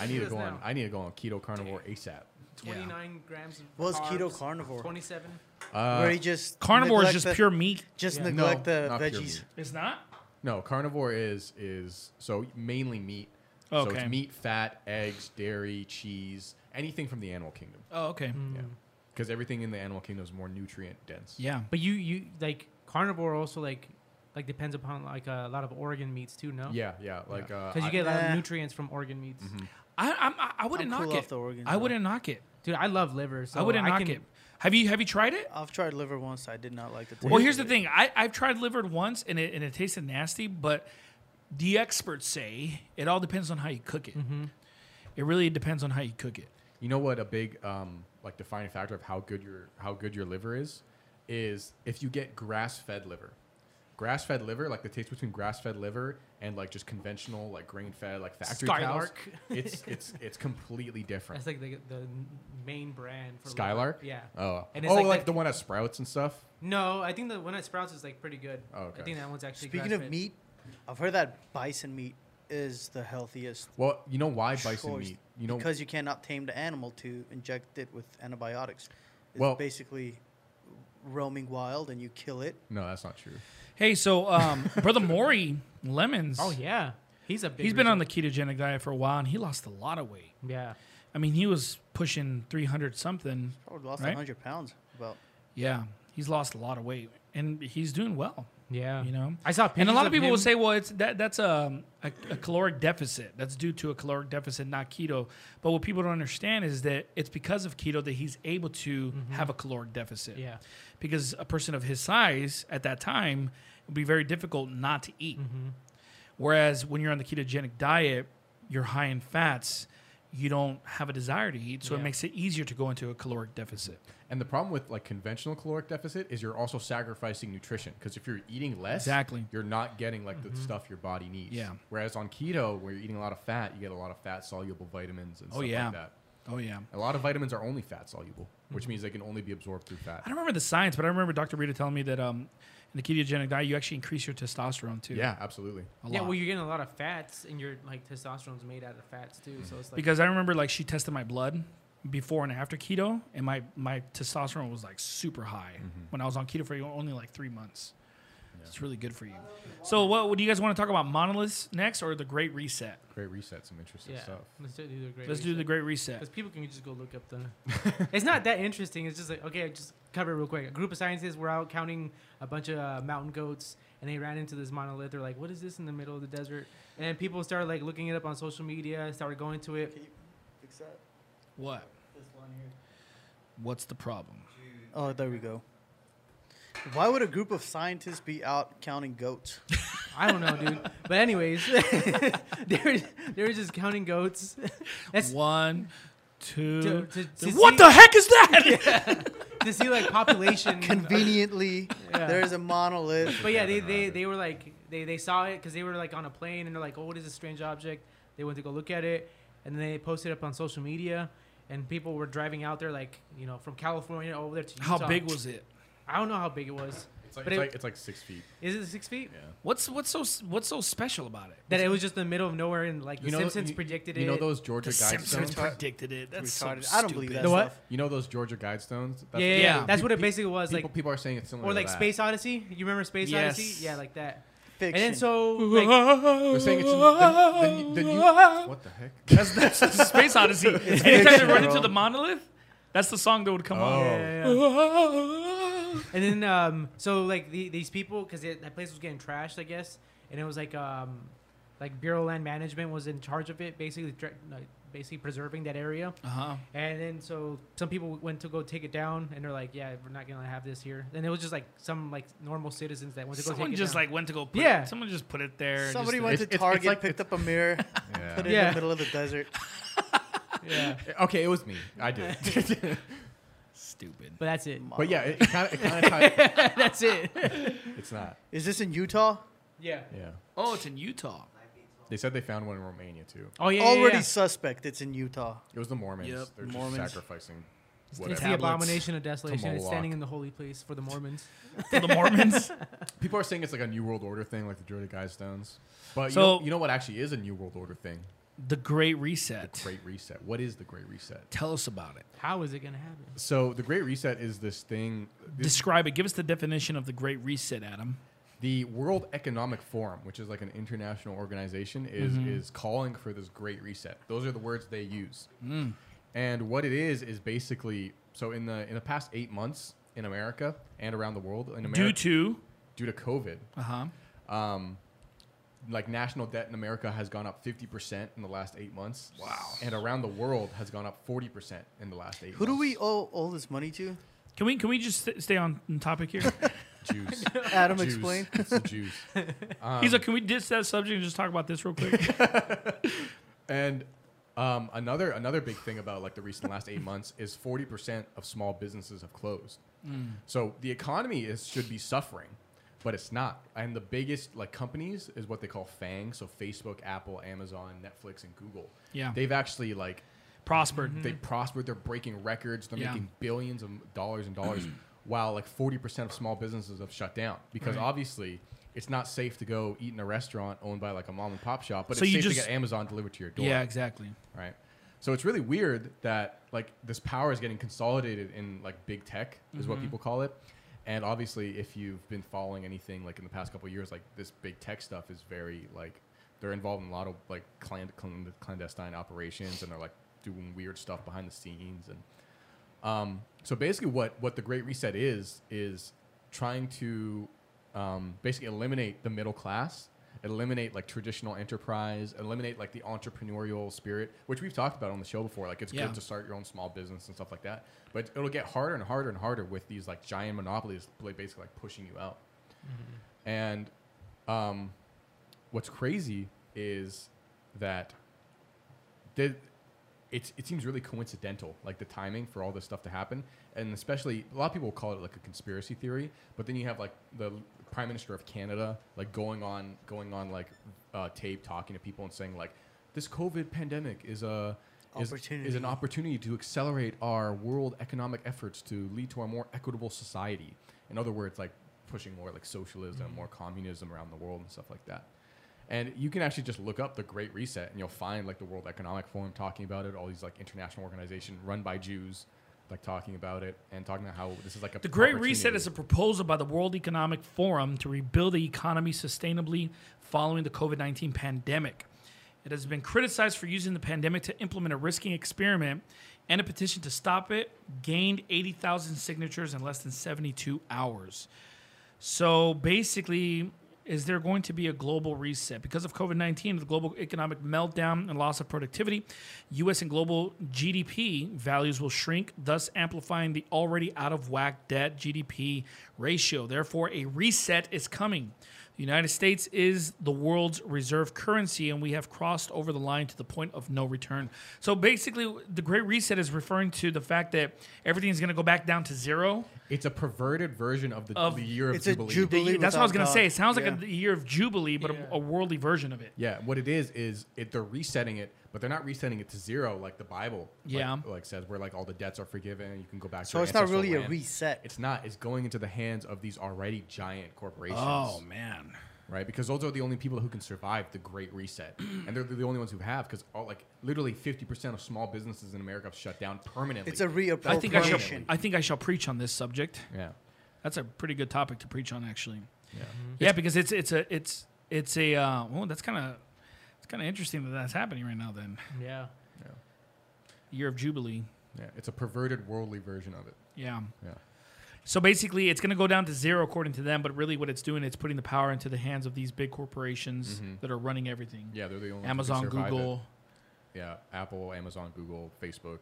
C: I
B: Look
C: need to
B: at
C: go
B: us
C: on.
B: now.
C: I need to go on keto carnivore ASAP.
A: Yeah.
B: 29 grams. Of
D: What was keto
B: carbs,
D: carnivore?
B: 27.
D: Where
C: Uh,
D: he just
A: carnivore is
D: neglect
A: just
D: the-
A: pure meat.
D: Just
B: Yeah.
D: neglect
C: No,
D: the
C: not pure
D: veggies.
C: meat.
A: It's not.
C: no, carnivore is is so mainly meat. So
A: Okay.
C: it's meat, fat, eggs, dairy, cheese, anything from the animal kingdom.
A: Oh okay.
C: Yeah. Because everything in the animal kingdom is more nutrient dense.
A: Yeah.
B: But you you like carnivore also like like depends upon like a lot of organ meats too. No.
C: Yeah, yeah. Like uh,
B: Because
C: I- Mm-hmm.
B: you get a lot
D: Nah.
B: of nutrients from organ meats.
A: I I'm, I, I wouldn't
D: I'm cool
A: knock
D: off
A: it.
D: the organs,
A: I
D: though.
A: wouldn't knock it.
B: Dude, I love liver. So
A: I wouldn't knock
B: can,
A: it. Have you have you tried it?
D: I've tried liver once. I did not like the taste.
A: Well,
D: of
A: here's the
D: it.
A: thing. I I've tried liver once and it and it tasted nasty, but the experts say it all depends on how you cook it. It really depends on how you cook it.
C: You know what a big um, like defining factor of how good your how good your liver is is if you get grass fed liver. Grass fed liver, like the taste between grass fed liver and like just conventional like grain fed like factory
B: Skylark.
C: cows, it's it's it's completely different.
B: That's like the, the main brand. For liver.
C: Skylark.
B: Yeah.
C: Oh.
B: And it's
C: oh, like,
B: like
C: the
B: that-
C: one at Sprouts and stuff.
B: No, I think the one at Sprouts is like pretty good.
C: Oh, okay.
B: I think that one's actually.
D: Speaking of
B: grass-fed.
D: meat, I've heard that bison meat is the healthiest
C: Well, you know why bison
D: choice
C: meat? You know
D: because you cannot tame the animal to inject it with antibiotics. It's
C: Well-
D: basically roaming wild and you kill it.
C: No, that's not true.
A: Hey, so um, brother Maury Lemons.
B: Oh yeah, he's a big.
A: He's been on the ketogenic diet for a while, and he lost a lot of weight.
B: the yeah.
A: I mean, he was pushing 300 something.
D: Probably lost
A: Right?
D: 100 pounds. About
A: Yeah, he's lost a lot of weight, and he's doing well.
B: Yeah,
A: You know,
B: I saw
A: and a
B: pictures
A: lot of people
B: him.
A: will say, "Well, it's that that's a, a, a caloric deficit. That's due to a caloric deficit, not keto." But what people don't understand is that it's because of keto that he's able to have a caloric deficit.
B: Mm-hmm. yeah,
A: because a person of his size at that time would be very difficult not to eat.
B: Mm-hmm.
A: Whereas when you're on the ketogenic diet, you're high in fats, you don't have a desire to eat, so it
B: Yeah.
A: makes it easier to go into a caloric deficit.
C: And the problem with like conventional caloric deficit is you're also sacrificing nutrition because if you're eating less,
A: Exactly.
C: you're not getting like
B: Mm-hmm.
C: the stuff your body needs.
A: Yeah.
C: Whereas on keto, where you're eating a lot of fat, you get a lot of fat soluble vitamins and
A: Oh,
C: stuff
A: yeah.
C: like that.
A: Oh yeah.
C: A lot of vitamins are only fat soluble, which means they can only be absorbed through fat.
A: Mm-hmm. I don't remember the science, but I remember Dr. Rita telling me that um, in the ketogenic diet, you actually increase your testosterone too.
C: Yeah, absolutely.
A: a
B: yeah.
A: lot.
B: Well, you're getting a lot of fats, and your like testosterone's made out of fats too. So it's like
A: because I remember like she tested my blood before and after keto, and my my testosterone was like super high when I was on keto for only like three months. It's really good for you. So, what, what do you guys want to talk about? Monoliths next or the Great Reset?
C: Great reset, some interesting
B: yeah,
C: stuff.
B: let's do, do the great.
A: Let's do the Great Reset.
B: Because people can just go look up the. it's not that interesting. It's just like okay, just cover it real quick. A group of scientists were out counting a bunch of uh, mountain goats, and they ran into this monolith. They're like, "What is this in the middle of the desert?" And people started like looking it up on social media. Started going to it.
D: fix that.
A: What?
D: This one here.
A: What's the problem?
D: Oh, there we go. Why would a group of scientists be out counting goats?
B: I don't know, dude. But anyways, they were they were just counting goats. That's
A: One, two.
B: To- to- to
A: what
B: see-
A: the heck is that?
B: to see like population.
D: Conveniently,
B: Yeah.
D: there's a monolith.
B: But yeah, they,
C: Gavin
B: they,
C: Rossdale.
B: they were like they, they saw it because they were like on a plane and they're like, oh, what is this strange object? They went to go look at it, and then they posted it up on social media, and people were driving out there like you know from California over there to Utah.
A: How big was it?
B: I don't know how big it was.
C: It's like,
B: But
C: it's,
B: it-
C: like, it's like six feet.
B: Is it six feet?
C: Yeah.
A: What's what's so what's so special about it?
B: That it was just in the middle of nowhere and like the Simpsons
C: you-
B: predicted
C: You
B: it.
C: know those Georgia
A: The Simpsons
C: guidestones?
A: predicted it. That's so
D: retarded. I don't believe
A: stupid.
D: that.
B: The what?
D: stuff.
C: You know those Georgia guidestones?
B: yeah, yeah, yeah.
A: yeah.
B: that's what it
C: Pe-
B: basically was
C: People,
B: like.
C: people are saying it's similar.
B: Or
C: to
B: like
C: that.
B: Space Odyssey. You remember Space
A: Yes.
B: Odyssey? Yeah, like that.
D: Fiction.
B: And then so like,
C: They're saying it's the, the, the, new- what the heck?
A: That's, that's the Space Odyssey. Anytime they
D: fiction,
A: run
D: bro.
A: into the monolith, that's the song that would come
C: Oh.
A: on.
B: yeah, yeah, yeah. And then, um, so like the, these people, because that place was getting trashed, I guess, and it was like, um, like Bureau Land Management was in charge of it, basically, dr- like, basically preserving that area.
A: Uh huh.
B: And then, so some people went to go take it down, and they're like, "Yeah, we're not gonna have this here." And it was just like some like normal citizens that went to go
A: Someone
B: take
A: just
B: it down.
A: like went to go. Put
B: Yeah.
A: It, someone just put it there.
D: Somebody
A: just,
D: went
C: It's-
D: to
C: it's- it's
D: Target,
C: like-
D: picked up a mirror, put it in
B: Yeah.
D: the middle of the desert.
B: yeah.
C: Okay, it was me. I did.
A: stupid.
B: But that's it.
C: but yeah, it, it kind of it kind of ties.
B: that's it.
C: It's not.
D: Is this in Utah?
B: yeah.
C: Yeah.
A: Oh, it's in Utah.
C: They said they found one in Romania too.
B: Oh yeah. yeah,
D: Already
B: yeah.
D: suspect it's in Utah.
C: It was the Mormons.
A: Yep,
C: They're just
A: Mormons.
C: sacrificing.
B: It's
C: Whatever.
B: the
A: Tablets.
B: abomination of desolation. It's
C: Moloch.
B: standing in the holy place for the Mormons.
A: For the Mormons.
C: People are saying it's like a New World Order thing, like the Georgia Guidestones. But you,
A: So-
C: know, you know what actually is a New World Order thing?
A: the Great Reset.
C: Great Reset. What is the Great Reset?
A: Tell us about it.
B: How is it gonna happen?
C: So the Great Reset is this thing. This,
A: Describe it. Give us the definition of the Great Reset, Adam.
C: the World Economic Forum, which is like an international organization, is is calling for this Great Reset. Those are the words they use. And what it is is basically so in the in the past eight months in America and around the world in America
A: Due to.
C: due to COVID,
A: Uh huh.
C: um, like national debt in America has gone up 50% in the last eight months. Wow. And around the world has gone up 40% in the last eight
D: Who do
C: months.
D: we owe all this money to?
A: Can we can we just st- stay on topic here?
C: Jews.
D: Adam,
C: Jews.
D: explain.
C: It's the Jews. Um,
A: He's like, can we ditch that subject and just talk about this real quick?
C: And um, another another big thing about like the recent last eight months is 40% of small businesses have closed.
A: Mm.
C: So the economy is should be suffering, but it's not. And the biggest like companies is what they call FANG. So Facebook, Apple, Amazon, Netflix, and Google.
A: Yeah.
C: They've actually like
A: Prospered.
C: they prospered. They're breaking records. They're
A: Yeah.
C: making billions of dollars and dollars, while like forty percent of small businesses have shut down because
A: Right.
C: obviously it's not safe to go eat in a restaurant owned by like a mom and pop shop, but
A: So
C: it's
A: you
C: safe to
A: just-
C: get Amazon delivered to your door.
A: Yeah, exactly.
C: Right. So it's really weird that like this power is getting consolidated in like big tech is what people call it, And obviously, if you've been following anything like in the past couple of years, like this big tech stuff is very like they're involved in a lot of like clan- clan- clandestine operations, and they're like doing weird stuff behind the scenes. And um, so basically, what what the Great Reset is is trying to um, basically eliminate the middle class, eliminate like traditional enterprise, eliminate like the entrepreneurial spirit, which we've talked about on the show before. Like it's
A: Yeah.
C: good to start your own small business and stuff like that, but it'll get harder and harder and harder with these like giant monopolies, like, basically like pushing you out. And um, what's crazy is that the it, it seems really coincidental, like the timing for all this stuff to happen. And especially, a lot of people call it like a conspiracy theory, but then you have like the prime minister of Canada, like going on, going on like uh, tape talking to people and saying like, this COVID pandemic is a is, is an
D: Opportunity.
C: opportunity to accelerate our world economic efforts to lead to a more equitable society. In other words, like pushing more like socialism, more communism around the world and stuff like that. And you can actually just look up the Great Reset and you'll find like the World Economic Forum talking about it, all these like international organizations run by Jews like talking about it and talking about how this is like a
A: The Great Reset
C: opportunity.
A: is a proposal by the World Economic Forum to rebuild the economy sustainably following the COVID 19 pandemic. It has been criticized for using the pandemic to implement a risky experiment, and a petition to stop it gained 80,000 signatures in less than 72 hours. So basically, is there going to be a global reset because of COVID 19, the global economic meltdown, and loss of productivity? US and global GDP values will shrink, thus amplifying the already out of whack debt GDP ratio. Therefore, a reset is coming. The United States is the world's reserve currency, and we have crossed over the line to the point of no return. So basically, the Great Reset is referring to the fact that everything is going to go back down to zero.
C: It's a perverted version of the,
A: Of-
C: the year of
D: It's a
C: Jubilee.
A: The-
D: Jubilee
A: that's what I was gonna
D: without
A: say.
D: God.
A: It sounds like
D: Yeah.
A: a year of jubilee, but
B: Yeah.
A: a, a worldly version of it.
C: Yeah, what it is is it they're resetting it, but they're not resetting it to zero like the Bible like-
A: Yeah.
C: like, says where like all the debts are forgiven and you can go back to
D: So
C: your
D: it's not
C: ancestral
D: really a
C: land.
D: reset.
C: It's not. It's going into the hands of these already giant corporations.
D: Oh,
A: man,
C: right? Because those are the only people who can survive the Great Reset, and they're the only ones who have. Because all like literally fifty percent of small businesses in America have shut down permanently.
D: It's a reappropriation.
A: I think I shall.
C: Permanently.
A: I think I shall preach on this subject.
C: yeah,
A: That's a pretty good topic to preach on, actually.
C: yeah.
A: Yeah, because it's it's a it's it's a. Uh, well, that's kind of it's kind of interesting that that's happening right now. Then
B: Yeah.
A: year of jubilee.
C: Yeah, it's a perverted worldly version of it.
A: Yeah.
C: Yeah.
A: So basically, it's going to go down to zero according to them. But really, what it's doing, it's putting the power into the hands of these big corporations that are running everything.
C: Mm-hmm. Yeah, they're the only ones who
A: Amazon,
C: can survive it.
A: Google.
C: Yeah, Apple, Amazon, Google, Facebook,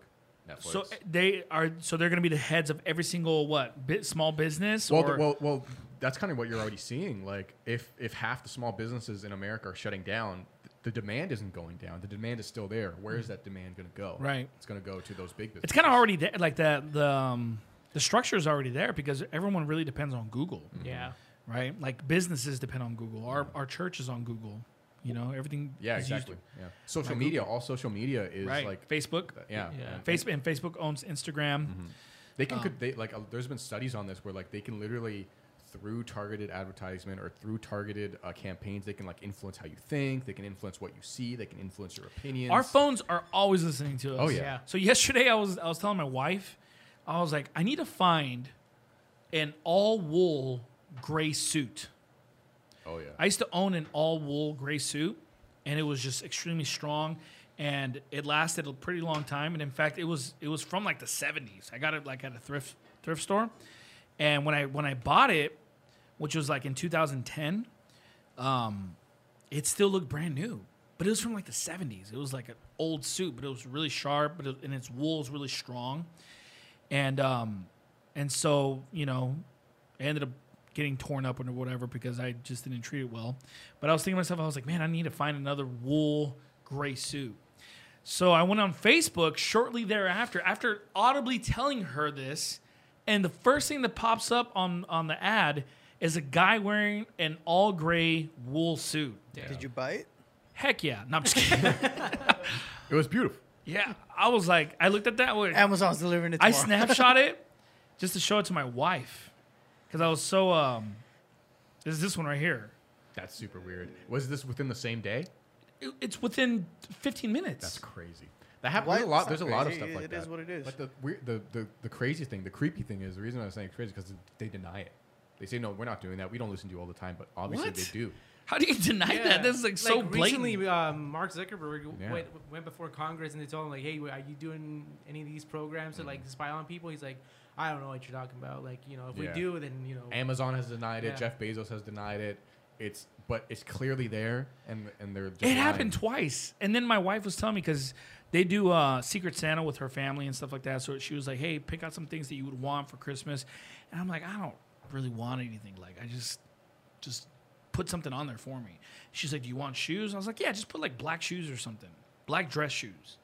C: Netflix.
A: So eh, they are. So they're going to be the heads of every single what bit, small business.
C: well,
A: or,
C: th- well, well, that's kind of what you're already seeing. Like, if if half the small businesses in America are shutting down, th- the demand isn't going down. The demand is still there. Where is that demand going to go?
A: Mm. Right.
C: It's going to go to those big businesses.
A: it's kind of already there. Like the the um, the structure is already there because everyone really depends on Google,
B: Yeah.
A: right? Like businesses depend on Google. Our our church is on Google. You know everything.
C: Yeah,
A: is used-
C: exactly. Yeah. Social
A: Like
C: media, all social media is
A: right.
C: like
A: Facebook.
C: yeah.
B: Yeah.
C: and-
A: Facebook and Facebook owns Instagram.
C: Mm-hmm. They can
A: Um,
C: could they like uh, there's been studies on this where like they can literally through targeted advertisement or through targeted uh, campaigns they can like influence how you think, they can influence what you see, they can influence your opinions.
A: Our phones are always listening to us.
C: Oh, yeah.
B: Yeah.
A: So yesterday I was I was telling my wife, I was like, I need to find an all wool gray suit.
C: Oh yeah.
A: I used to own an all wool gray suit, and it was just extremely strong, and it lasted a pretty long time. And in fact, it was it was from like the seventies. I got it like at a thrift thrift store, and when I when I bought it, which was like in 2010, um, it still looked brand new, but it was from like the seventies. It was like an old suit, but it was really sharp, but it, and its wool is really strong, and um, and so you know I ended up getting torn up or whatever because I just didn't treat it well. But I was thinking to myself, I was like, man, I need to find another wool gray suit. So I went on Facebook shortly thereafter, after audibly telling her this, and the first thing that pops up on, on the ad is a guy wearing an all gray wool suit.
D: Did you buy it?
A: Heck yeah. No, I'm just kidding.
C: it was beautiful.
A: yeah. I was like, I looked at that. Wait,
D: Amazon's delivering it.
A: I
D: Tomorrow.
A: snapshot it just to show it to my wife because I was so, um, this is this one right here.
C: That's super weird. Was this within the same day?
A: It- It's within 15 minutes.
C: That's crazy. That happens
D: Why-
C: there's a
D: it's
C: lot. There's a
D: not
C: lot of
D: crazy.
C: stuff
D: It-
C: like
D: it
C: that.
D: is what it is.
C: But the, weird, the the the crazy thing, the creepy thing is the reason I was saying crazy because they deny it. They say no, we're not doing that. We don't listen to you all the time, but obviously
A: What?
C: they do.
A: How do you deny
B: Yeah.
A: that? This is like, so blatant.
B: Recently, uh, Mark Zuckerberg w-
C: Yeah.
B: went, went before Congress and they told him like, "Hey, are you doing any of these programs
A: Mm.
B: to like spy on people?" He's like, "I don't know what you're talking about. Like, you know, if
C: Yeah.
B: we do, then you know."
C: Amazon has denied it.
B: Yeah.
C: Jeff Bezos has denied it. It's but it's clearly there, and and they're. Just
A: It
C: lying.
A: happened twice, and then my wife was telling me because they do uh, Secret Santa with her family and stuff like that. So she was like, "Hey, pick out some things that you would want for Christmas," and I'm like, "I don't really want anything. Like, I just just put something on there for me." She's like, "Do you want shoes?" I was like, "Yeah, just put like black shoes or something, black dress shoes."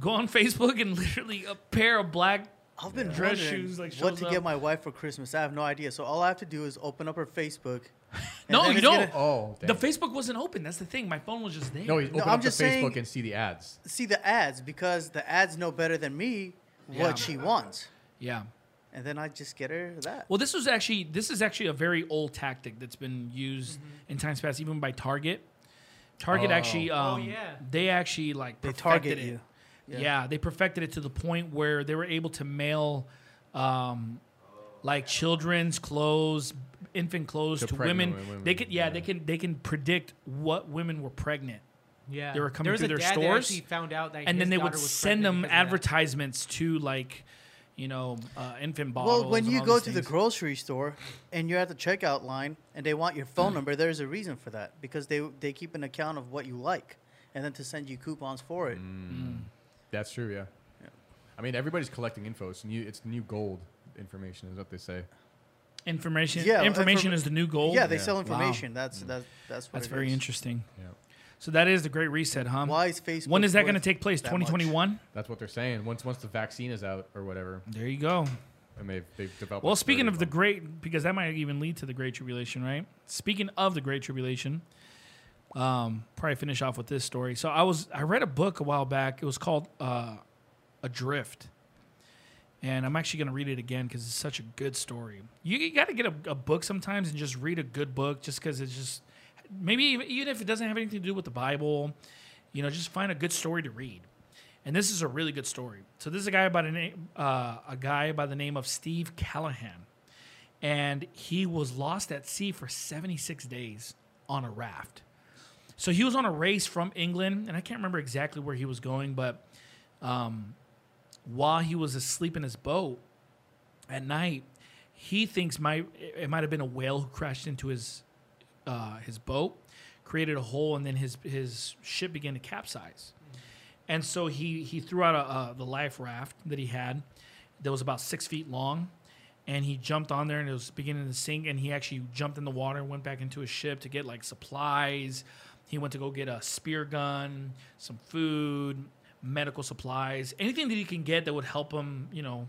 A: Go on Facebook and literally a pair of black.
D: I've been
A: Dress
D: wondering
A: shoes, like,
D: what
A: shows
D: to
A: up.
D: get my wife for Christmas. I have no idea. So all I have to do is open up her Facebook. and
A: No,
D: then
A: you
D: it's
A: don't.
D: gonna-
C: Oh,
A: The
C: dang.
A: Facebook wasn't open. That's the thing. My phone was just there.
C: No, he
D: No,
C: opened
D: I'm
C: up the
D: just
C: Facebook
D: saying-
C: and see the ads.
D: see the ads because the ads know better than me what
A: Yeah.
D: she wants,
A: yeah.
D: and then I just get her that.
A: Well, this was actually this is actually a very old tactic that's been used in times past, even by Target. Target
C: Oh.
A: actually, um,
B: Mm-hmm. Oh, yeah.
A: they actually like
D: They
A: perfected
D: target
A: it.
D: you.
A: Yeah. they perfected it to the point where they were able to mail, um, like children's clothes, infant clothes
C: To
A: to, women.
C: pregnant women,
A: They could, yeah,
C: yeah.
A: they can they can predict what women were pregnant,
B: yeah,
A: they were coming
B: There was
A: through
B: a
A: their
B: dad that
A: stores,
B: actually found out that
A: and then
B: his
A: they would
B: daughter was
A: send
B: pregnant
A: them
B: because of that.
A: advertisements to like, you know, uh, infant bottles.
D: Well, when
A: and
D: you
A: all
D: go
A: these
D: to the
A: things.
D: grocery store and you're at the checkout line and they want your phone number, there's a reason for that because they they keep an account of what you like and then to send you coupons for it.
C: Mm.
A: Mm.
C: That's true. Yeah. I mean, everybody's collecting info. It's new. It's new gold information, is what they say.
A: Information.
D: Yeah,
A: information
D: inform-
A: is the new gold.
D: Yeah, they
C: Yeah.
D: sell
A: Wow. Mm.
D: information. That's that's that's what
A: That's
D: it
A: very
D: is.
A: interesting.
C: Yeah.
A: So that is the great reset, huh?
D: Why is Facebook?
A: when is that going to
D: worth
A: take place?
D: that much?
A: 2021.
C: That's what they're saying. Once once the vaccine is out or whatever,
A: There you go.
C: and they've they've developed.
A: Well,
C: a
A: speaking
C: third
A: of the
C: them.
A: great, because that might even lead to the Great Tribulation, right? Speaking of the Great Tribulation, um, probably finish off with this story. So I was I read a book a while back. It was called uh, Adrift, and I'm actually going to read it again because it's such a good story. You, got to get a, a book sometimes and just read a good book, just because it's just maybe even, even if it doesn't have anything to do with the Bible, you know, just find a good story to read. And this is a really good story. So this is a guy about a name, uh, a guy by the name of Steve Callahan, and he was lost at sea for 76 days on a raft. So he was on a race from England, and I can't remember exactly where he was going, but um, while he was asleep in his boat at night, he thinks might it might have been a whale who crashed into his uh, his boat, created a hole, and then his his ship began to capsize. And so he he threw out a, uh the life raft that he had that was about six feet long, and he jumped on there and it was beginning to sink. And he actually jumped in the water and went back into his ship to get like supplies. He went to go get a spear gun, some food, medical supplies, anything that he can get that would help him, you know,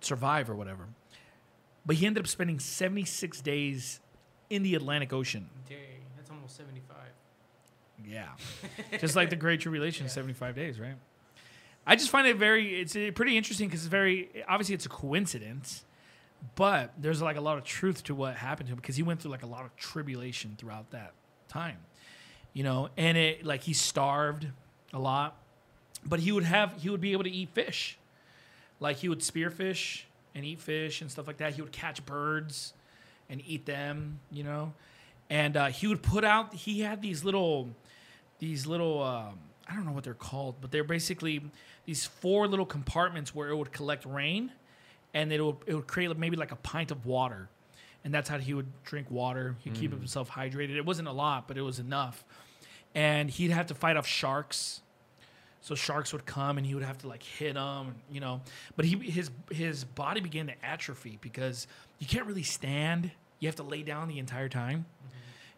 A: survive or whatever. But he ended up spending 76 days in the Atlantic Ocean.
B: Dang, that's almost seventy-five.
A: Yeah. just like the Great Tribulation, 75 days, right? I just find it very, it's uh, pretty interesting because it's very, obviously it's a coincidence, but there's like a lot of truth to what happened to him because he went through like a lot of tribulation throughout that time, you know, and it, like he starved a lot, but he would have, he would be able to eat fish. Like he would spear fish and eat fish and stuff like that. He would catch birds and eat them, you know. And uh, he would put out. He had these little, these little. Um, I don't know what they're called, but they're basically these four little compartments where it would collect rain, and it would it would create maybe like a pint of water, and that's how he would drink water. He'd keep himself hydrated. It wasn't a lot, but it was enough. And he'd have to fight off sharks. So sharks would come and he would have to like hit them, you know. But he his his body began to atrophy because you can't really stand. You have to lay down the entire time,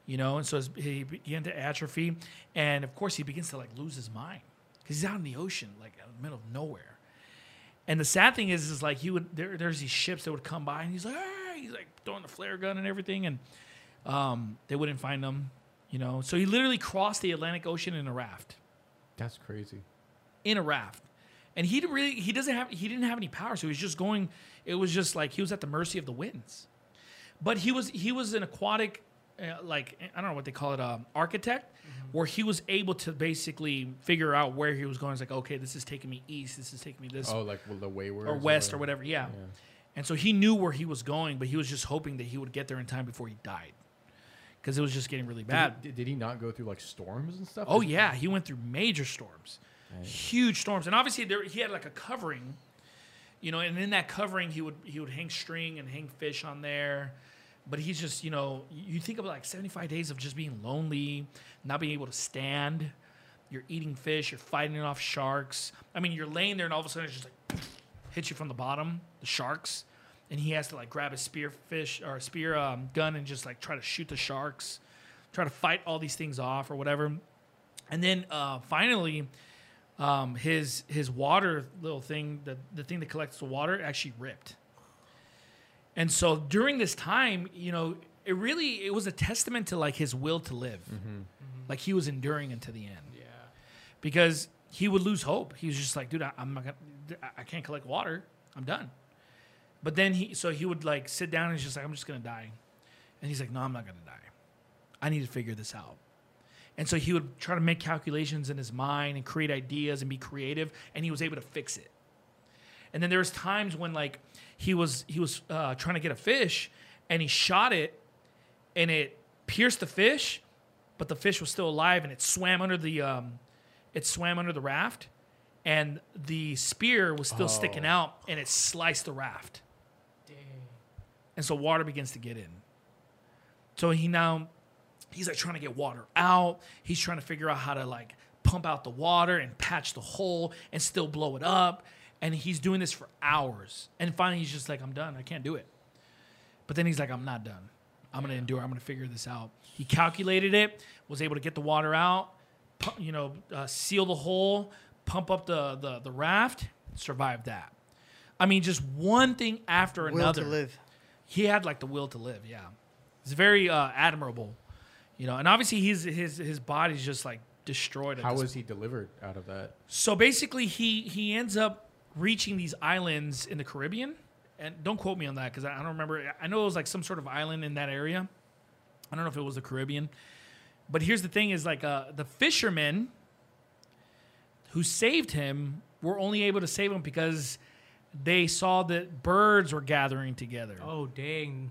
A: you know. And so his, he began to atrophy, and of course he begins to like lose his mind because he's out in the ocean, like out in the middle of nowhere. And the sad thing is, is like he would there, there's these ships that would come by and he's like, ah! he's like throwing the flare gun and everything, and um, they wouldn't find him, you know. So he literally crossed the Atlantic Ocean in a raft
C: That's crazy.
A: in a raft. And he didn't really he doesn't have he didn't have any power, so he was just going it was just like he was at the mercy of the winds. But he was he was an aquatic uh, like I don't know what they call it, um, architect,
C: Mm-hmm.
A: where he was able to basically figure out where he was going. It's like, okay, this is taking me east, this is taking me this
C: Oh, like well, the wayward
A: or west or whatever. Yeah. And so he knew where he was going, but he was just hoping that he would get there in time before he died, because it was just getting really bad.
C: Did he, did he not go through like storms and stuff?
A: Oh yeah, he went through major storms, huge storms, and obviously there, he had like a covering, you know, and in that covering he would he would hang string and hang fish on there, but he's just you know you you think of like seventy five days of just being lonely, not being able to stand, you're eating fish, you're fighting off sharks. I mean, you're laying there and all of a sudden it's just like hits you from the bottom, the sharks, and he has to like grab a spear fish or a spear um, gun and just like try to shoot the sharks, try to fight all these things off or whatever. And then uh, finally, um, his his water little thing, the the thing that collects the water, actually ripped. And so during this time, you know, it really it was a testament to like his will to live, like he was enduring until the end
B: Yeah.
A: because he would lose hope. He was just like, dude, I, I'm not gonna, I- I can't collect water. I'm done. But then he, so he would like sit down and he's just like, I'm just gonna die. And he's like, no, I'm not gonna die. I need to figure this out. And so he would try to make calculations in his mind and create ideas and be creative, and he was able to fix it. And then there was times when like he was he was uh, trying to get a fish, and he shot it, and it pierced the fish, but the fish was still alive, and it swam under the um, it swam under the raft, and the spear was still sticking
C: Oh.
A: out, and it sliced the raft
B: Dang.
A: and so water begins to get in. So he now he's like trying to get water out. He's trying to figure out how to like pump out the water and patch the hole and still blow it up. And he's doing this for hours. And finally, he's just like, "I'm done. I can't do it." But then he's like, "I'm not done. I'm gonna endure. I'm gonna figure this out." He calculated it, was able to get the water out, pu- you know, uh, seal the hole, pump up the the, the raft, survived that. I mean, just one thing after
D: Will
A: another
D: to live.
A: he had like the will to live. Yeah, it's very uh, admirable, you know. And obviously, his his his body's just like destroyed. at
C: How
A: this-
C: was he delivered out of that?
A: so basically, he he ends up reaching these islands in the Caribbean, and don't quote me on that because I, I don't remember. I know it was like some sort of island in that area. I don't know if it was the Caribbean, but here's the thing: is like uh, the fishermen who saved him were only able to save him because they saw that birds were gathering together.
B: Oh dang,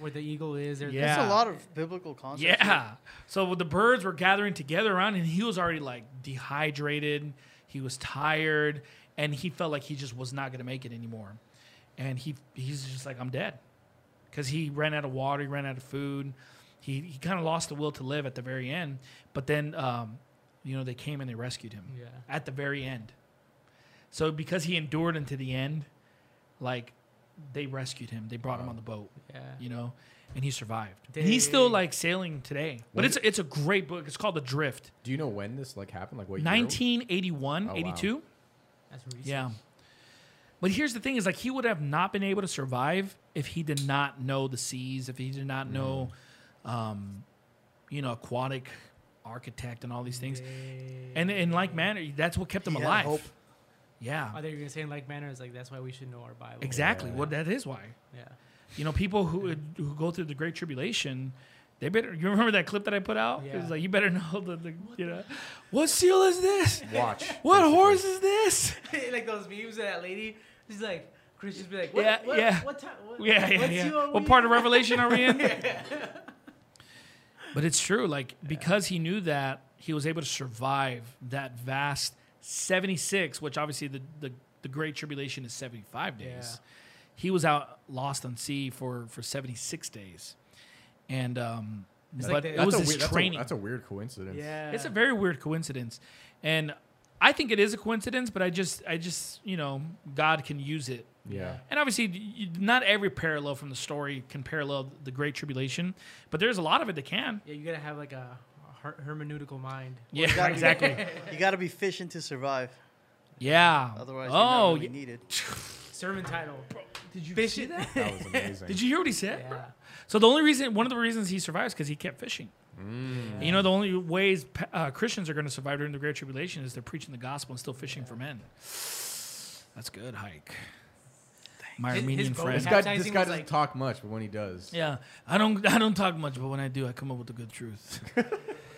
B: where the eagle is. there-
A: Yeah.
D: That's a lot of biblical concepts. here.
A: Yeah. So the birds were gathering together around, and he was already like dehydrated. He was tired, and he felt like he just was not going to make it anymore. And he he's just like, I'm dead, because he ran out of water, he ran out of food. He he kind of lost the will to live at the very end. But then, um, you know, they came and they rescued him
B: Yeah.
A: at the very end. So because he endured unto the end, like they rescued him, they brought him on the boat
B: Yeah.
A: you know, and he survived. And he's still
B: Dang.
A: like sailing today. But
C: What-
A: it's it's a great book. It's called The Drift.
C: Do you know when this like happened? Like what? year?
A: 1981,
C: Oh, wow.
A: 82.
B: That's recent.
A: Yeah. But here's the thing is like he would have not been able to survive if he did not know the seas, if he did not know
C: Mm-hmm.
A: um, you know, aquatic architect and all these things. And in like manner, that's what kept him
D: He had
A: alive.
D: hope.
A: Yeah.
B: Are Oh, they gonna say in like manner? It's like that's why we should know our Bible.
A: Exactly.
C: Yeah.
A: Well, that is why.
B: Yeah.
A: You know, people who who go through the Great Tribulation, they better. You remember that clip that I put out? It
B: Yeah.
A: was like you better know the, the you know, what seal is this?
C: Watch.
A: What horse is this?
B: like those memes of that lady. She's like Christians be like, what,
A: Yeah,
B: what,
A: yeah.
B: What time? What,
A: Yeah, yeah,
B: what
A: yeah.
B: seal are
A: What
B: we
A: part
B: in?
A: of Revelation are we in? But it's true. Like because he knew that, he was able to survive that vast seventy six, which obviously the the the Great Tribulation is seventy five days.
B: Yeah.
A: He was out lost on sea for for seventy six days, and um,
B: It's
A: but
B: like the-
A: it
B: That's
A: was
C: a
A: his
C: weird,
A: training.
C: That's a, weird coincidence.
B: Yeah.
A: It's a very weird coincidence, and I think it is a coincidence. But I just, I just, you know, God can use it,
C: Yeah.
A: and obviously, you, not every parallel from the story can parallel the Great Tribulation, but there's a lot of it that can.
B: Yeah, you gotta have like a her- hermeneutical mind.
A: Yeah,
D: gotta be-
A: exactly.
D: You got to be fishing to survive.
A: Yeah.
D: Otherwise,
A: oh,
D: you're not really
A: y-
D: needed.
B: Sermon title.
A: did you
B: Fish
A: see
B: it.
A: that?
C: That was amazing.
A: Did you hear what he said?
B: Yeah.
A: So the only reason, one of the reasons he survives, because he kept fishing.
C: Mm.
A: And You know, the only ways pa- uh, Christians are going to survive during the Great Tribulation is they're preaching the gospel and still fishing for men. That's good, hike. my
B: His- his
A: Armenian
B: vocab-
A: friend.
C: This guy, this
B: Baptizing
C: guy
B: was
C: doesn't
B: like-
C: talk much, but when he does,
A: Yeah, I don't I don't talk much, but when I do, I come up with the good truth.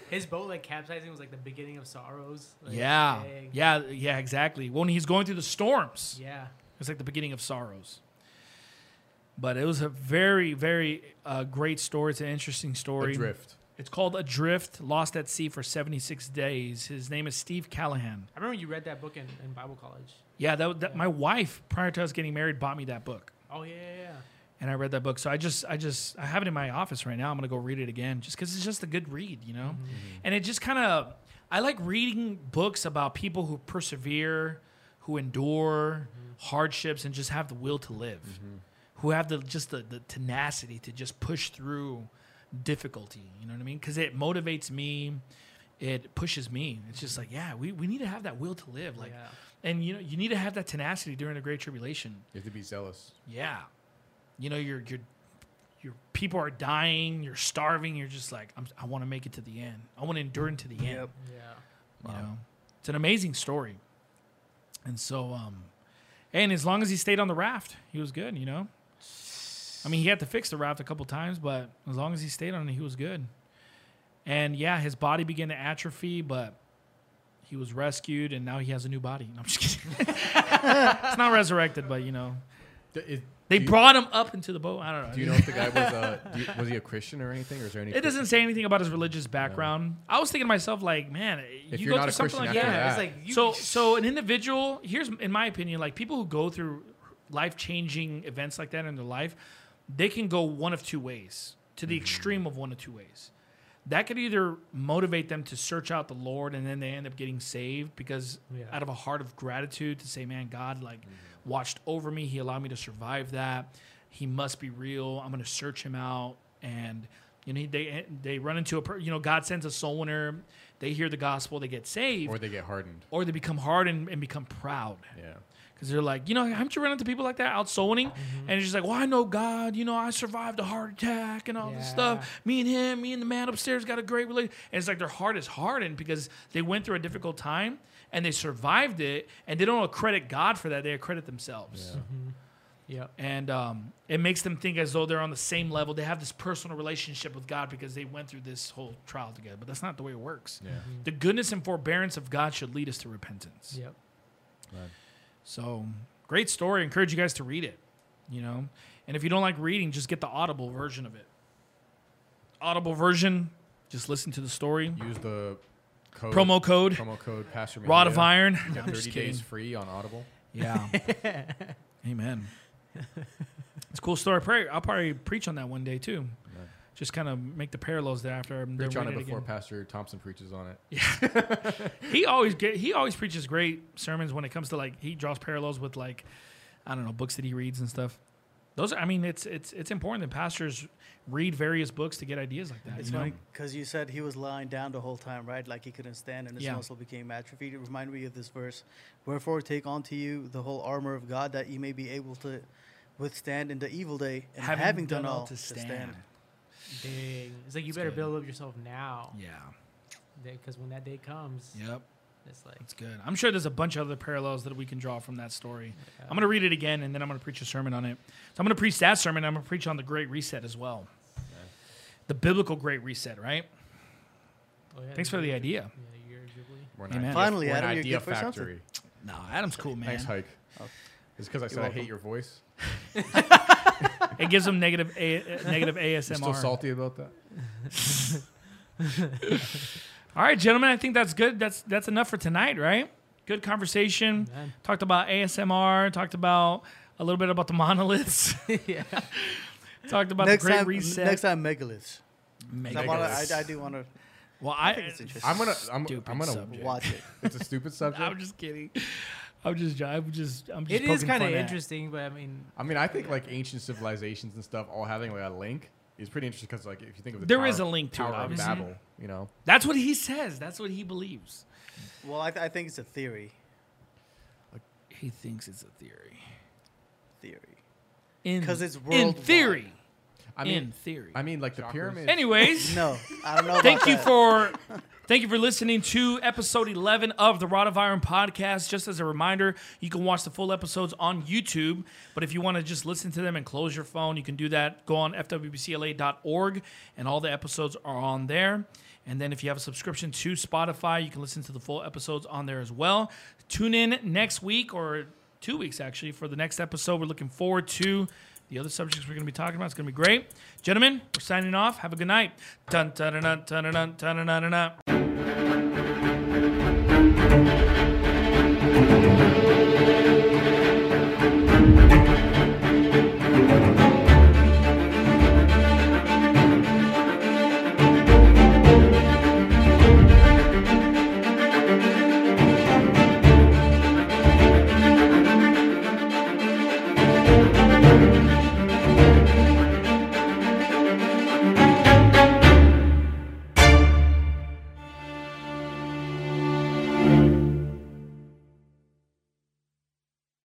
B: His boat like capsizing was like the beginning of sorrows. Like,
A: yeah,
B: dang.
A: yeah, yeah, exactly. When he's going through the storms,
B: Yeah.
A: it's like the beginning of sorrows. But it was a very, very uh, great story. It's an interesting story.
C: adrift.
A: It's called Adrift, Lost at Sea for 76 Days. His name is Steve Callahan.
B: I remember you read that book in, in Bible college.
A: Yeah, that, that
B: Yeah.
A: my wife prior to us getting married bought me that book,
B: Oh yeah, yeah, yeah.
A: and I read that book. So I just, I just, I have it in my office right now. I'm gonna go read it again, just because it's just a good read, you know. And it just kind of, I like reading books about people who persevere, who endure hardships, and just have the will to live, who have the just the, the tenacity to just push through difficulty. You know what I mean? Because it motivates me. It pushes me. It's just like, yeah, we, we need to have that will to live. Like,
B: Yeah.
A: and you know, you need to have that tenacity during the Great Tribulation.
C: You have to be zealous.
A: Yeah, you know, your your your people are dying. You're starving. You're just like, I'm, I want to make it to the end. I want to endure into the end.
D: Yep.
B: Yeah.
A: You know, it's an amazing story. And so, um, and as long as he stayed on the raft, he was good. You know, I mean, he had to fix the raft a couple times, but as long as he stayed on it, he was good. And yeah, his body began to atrophy, but he was rescued, and now he has a new body. No, I'm just kidding. it's not resurrected, but you know,
C: D- is-
A: they
C: do you-
A: brought him up into the boat. I don't know.
C: Do you know if the guy was uh, do you- was he a Christian or anything, or is there any?
A: It doesn't say anything about his religious background. I was thinking to myself, like, man,
C: If
A: you
C: you're
A: go
C: not
A: through
C: a
A: something
C: Christian
A: like
C: after
A: that.
C: that,
B: It's like you
A: so so an individual here's in my opinion like people who go through life changing events like that in their life they can go one of two ways to
C: Mm-hmm.
A: the extreme of one of two ways that could either motivate them to search out the lord and then they end up getting saved because
B: Yeah.
A: out of a heart of gratitude to say man god like watched over me he allowed me to survive that he must be real i'm going to search him out and you know they they run into a per- you know god sends a soul winner they hear the gospel they get saved
C: Or they get hardened.
A: or they become hardened and become proud
C: Yeah.
A: because they're like, you know, haven't you run into people like that out soul winning? And it's just like, well, I know God, you know, I survived a heart attack and all this stuff. Me and him, me and the man upstairs got a great relationship. And it's like their heart is hardened because they went through a difficult time and they survived it, and they don't credit God for that; they credit themselves.
B: Yeah.
A: And um, it makes them think as though they're on the same level. They have this personal relationship with God because they went through this whole trial together. But that's not the way it works.
C: Yeah.
A: The goodness and forbearance of God should lead us to repentance.
B: Yep.
A: So great story. Encourage you guys to read it. You know, and if you don't like reading, just get the audible version of it. Audible version. Just listen to the story.
C: Use the code,
A: Promo code.
C: promo code Pastor
A: Rod of
C: Mania.
A: Iron.
C: You got
A: I'm
C: thirty
A: just kidding.
C: days free on Audible.
A: Yeah. Amen. It's a cool story. I pray- I'll probably preach on that one day too. Just kind of make the parallels there after I'm
C: Preach
A: done
C: on it
A: reading
C: before
A: again.
C: Pastor Thompson preaches on it.
A: He always get he always preaches great sermons when it comes to like he draws parallels with like I don't know books that he reads and stuff. Those are, I mean it's it's it's important that pastors read various books to get ideas like that.
D: It's
A: you know?
D: funny because you said he was lying down the whole time, right? Like he couldn't stand, and his
A: Yeah.
D: muscle became atrophied. It reminded me of this verse: "Wherefore take unto you the whole armor of God, that ye may be able to withstand in the evil day, and having, done, all, to stand."
B: Dang. It's like you better
A: good.
B: build up yourself now,
A: Yeah.
B: because when that day comes,
A: Yep.
B: it's like
A: That's good. I'm sure there's a bunch of other parallels that we can draw from that story. I'm going to read it again and then I'm going to preach a sermon on it. So I'm going to preach that sermon. I'm going to preach on the Great Reset as well. The biblical Great Reset, right?
B: oh, yeah,
A: Thanks for the
B: you're-
A: idea.
B: Yeah, you're Jubilee.
C: We're
A: Amen.
C: idea,
D: Finally,
C: we're an
D: Adam, you're
C: idea
D: good for something. Oh.
C: factory.
A: No, Adam's cool, man.
C: Thanks, Hike. It's because I said I
D: welcome.
C: hate your voice.
A: It gives him negative, a, uh, negative
C: You still
A: ASMR.
C: salty about that?
A: All right, gentlemen, I think that's good. That's that's enough for tonight, right? Good conversation.
B: Amen.
A: Talked about ASMR. Talked about a little bit about the monoliths.
B: yeah.
A: talked about
D: next
A: the Great
D: time,
A: Reset.
D: next time, megaliths. 'Cause I, wanna, I,
C: Megaliths.
D: I do want to
A: well, I,
D: think it's interesting.
C: I'm gonna. I'm,
A: Stupid
C: I'm gonna
A: subject.
D: watch it.
C: It's a stupid subject.
A: I'm just kidding. I'm just, jo- I'm just, I'm just.
B: It is
A: kind of
B: interesting, but I mean,
C: I mean, I think like ancient civilizations and stuff all having like a link is pretty interesting because like if you think of the
A: There
C: Tower-
A: is a link to it,
C: Tower of
A: obviously.
C: Babel, you know.
A: That's what he says. That's what he believes.
D: Well, I, th- I think it's a theory.
A: He thinks it's a theory.
D: Theory.
A: In
D: 'Cause it's
A: in
D: worldwide.
A: theory.
C: I mean,
A: in theory.
C: I mean, like the pyramid.
A: Anyways,
D: No, I don't know. about
A: thank you
D: that.
A: for thank you for listening to episode 11 of the Rod of Iron podcast. Just as a reminder, you can watch the full episodes on YouTube, but if you want to just listen to them and close your phone, you can do that. Go on fwbcla.org and all the episodes are on there. And then if you have a subscription to Spotify, you can listen to the full episodes on there as well. Tune in next week or two weeks actually for the next episode. We're looking forward to the other subjects we're going to be talking about. It's going to be great. Gentlemen, we're signing off. Have a good night. Dun, dun, dun, dun, dun, dun, dun, dun, dun, dun.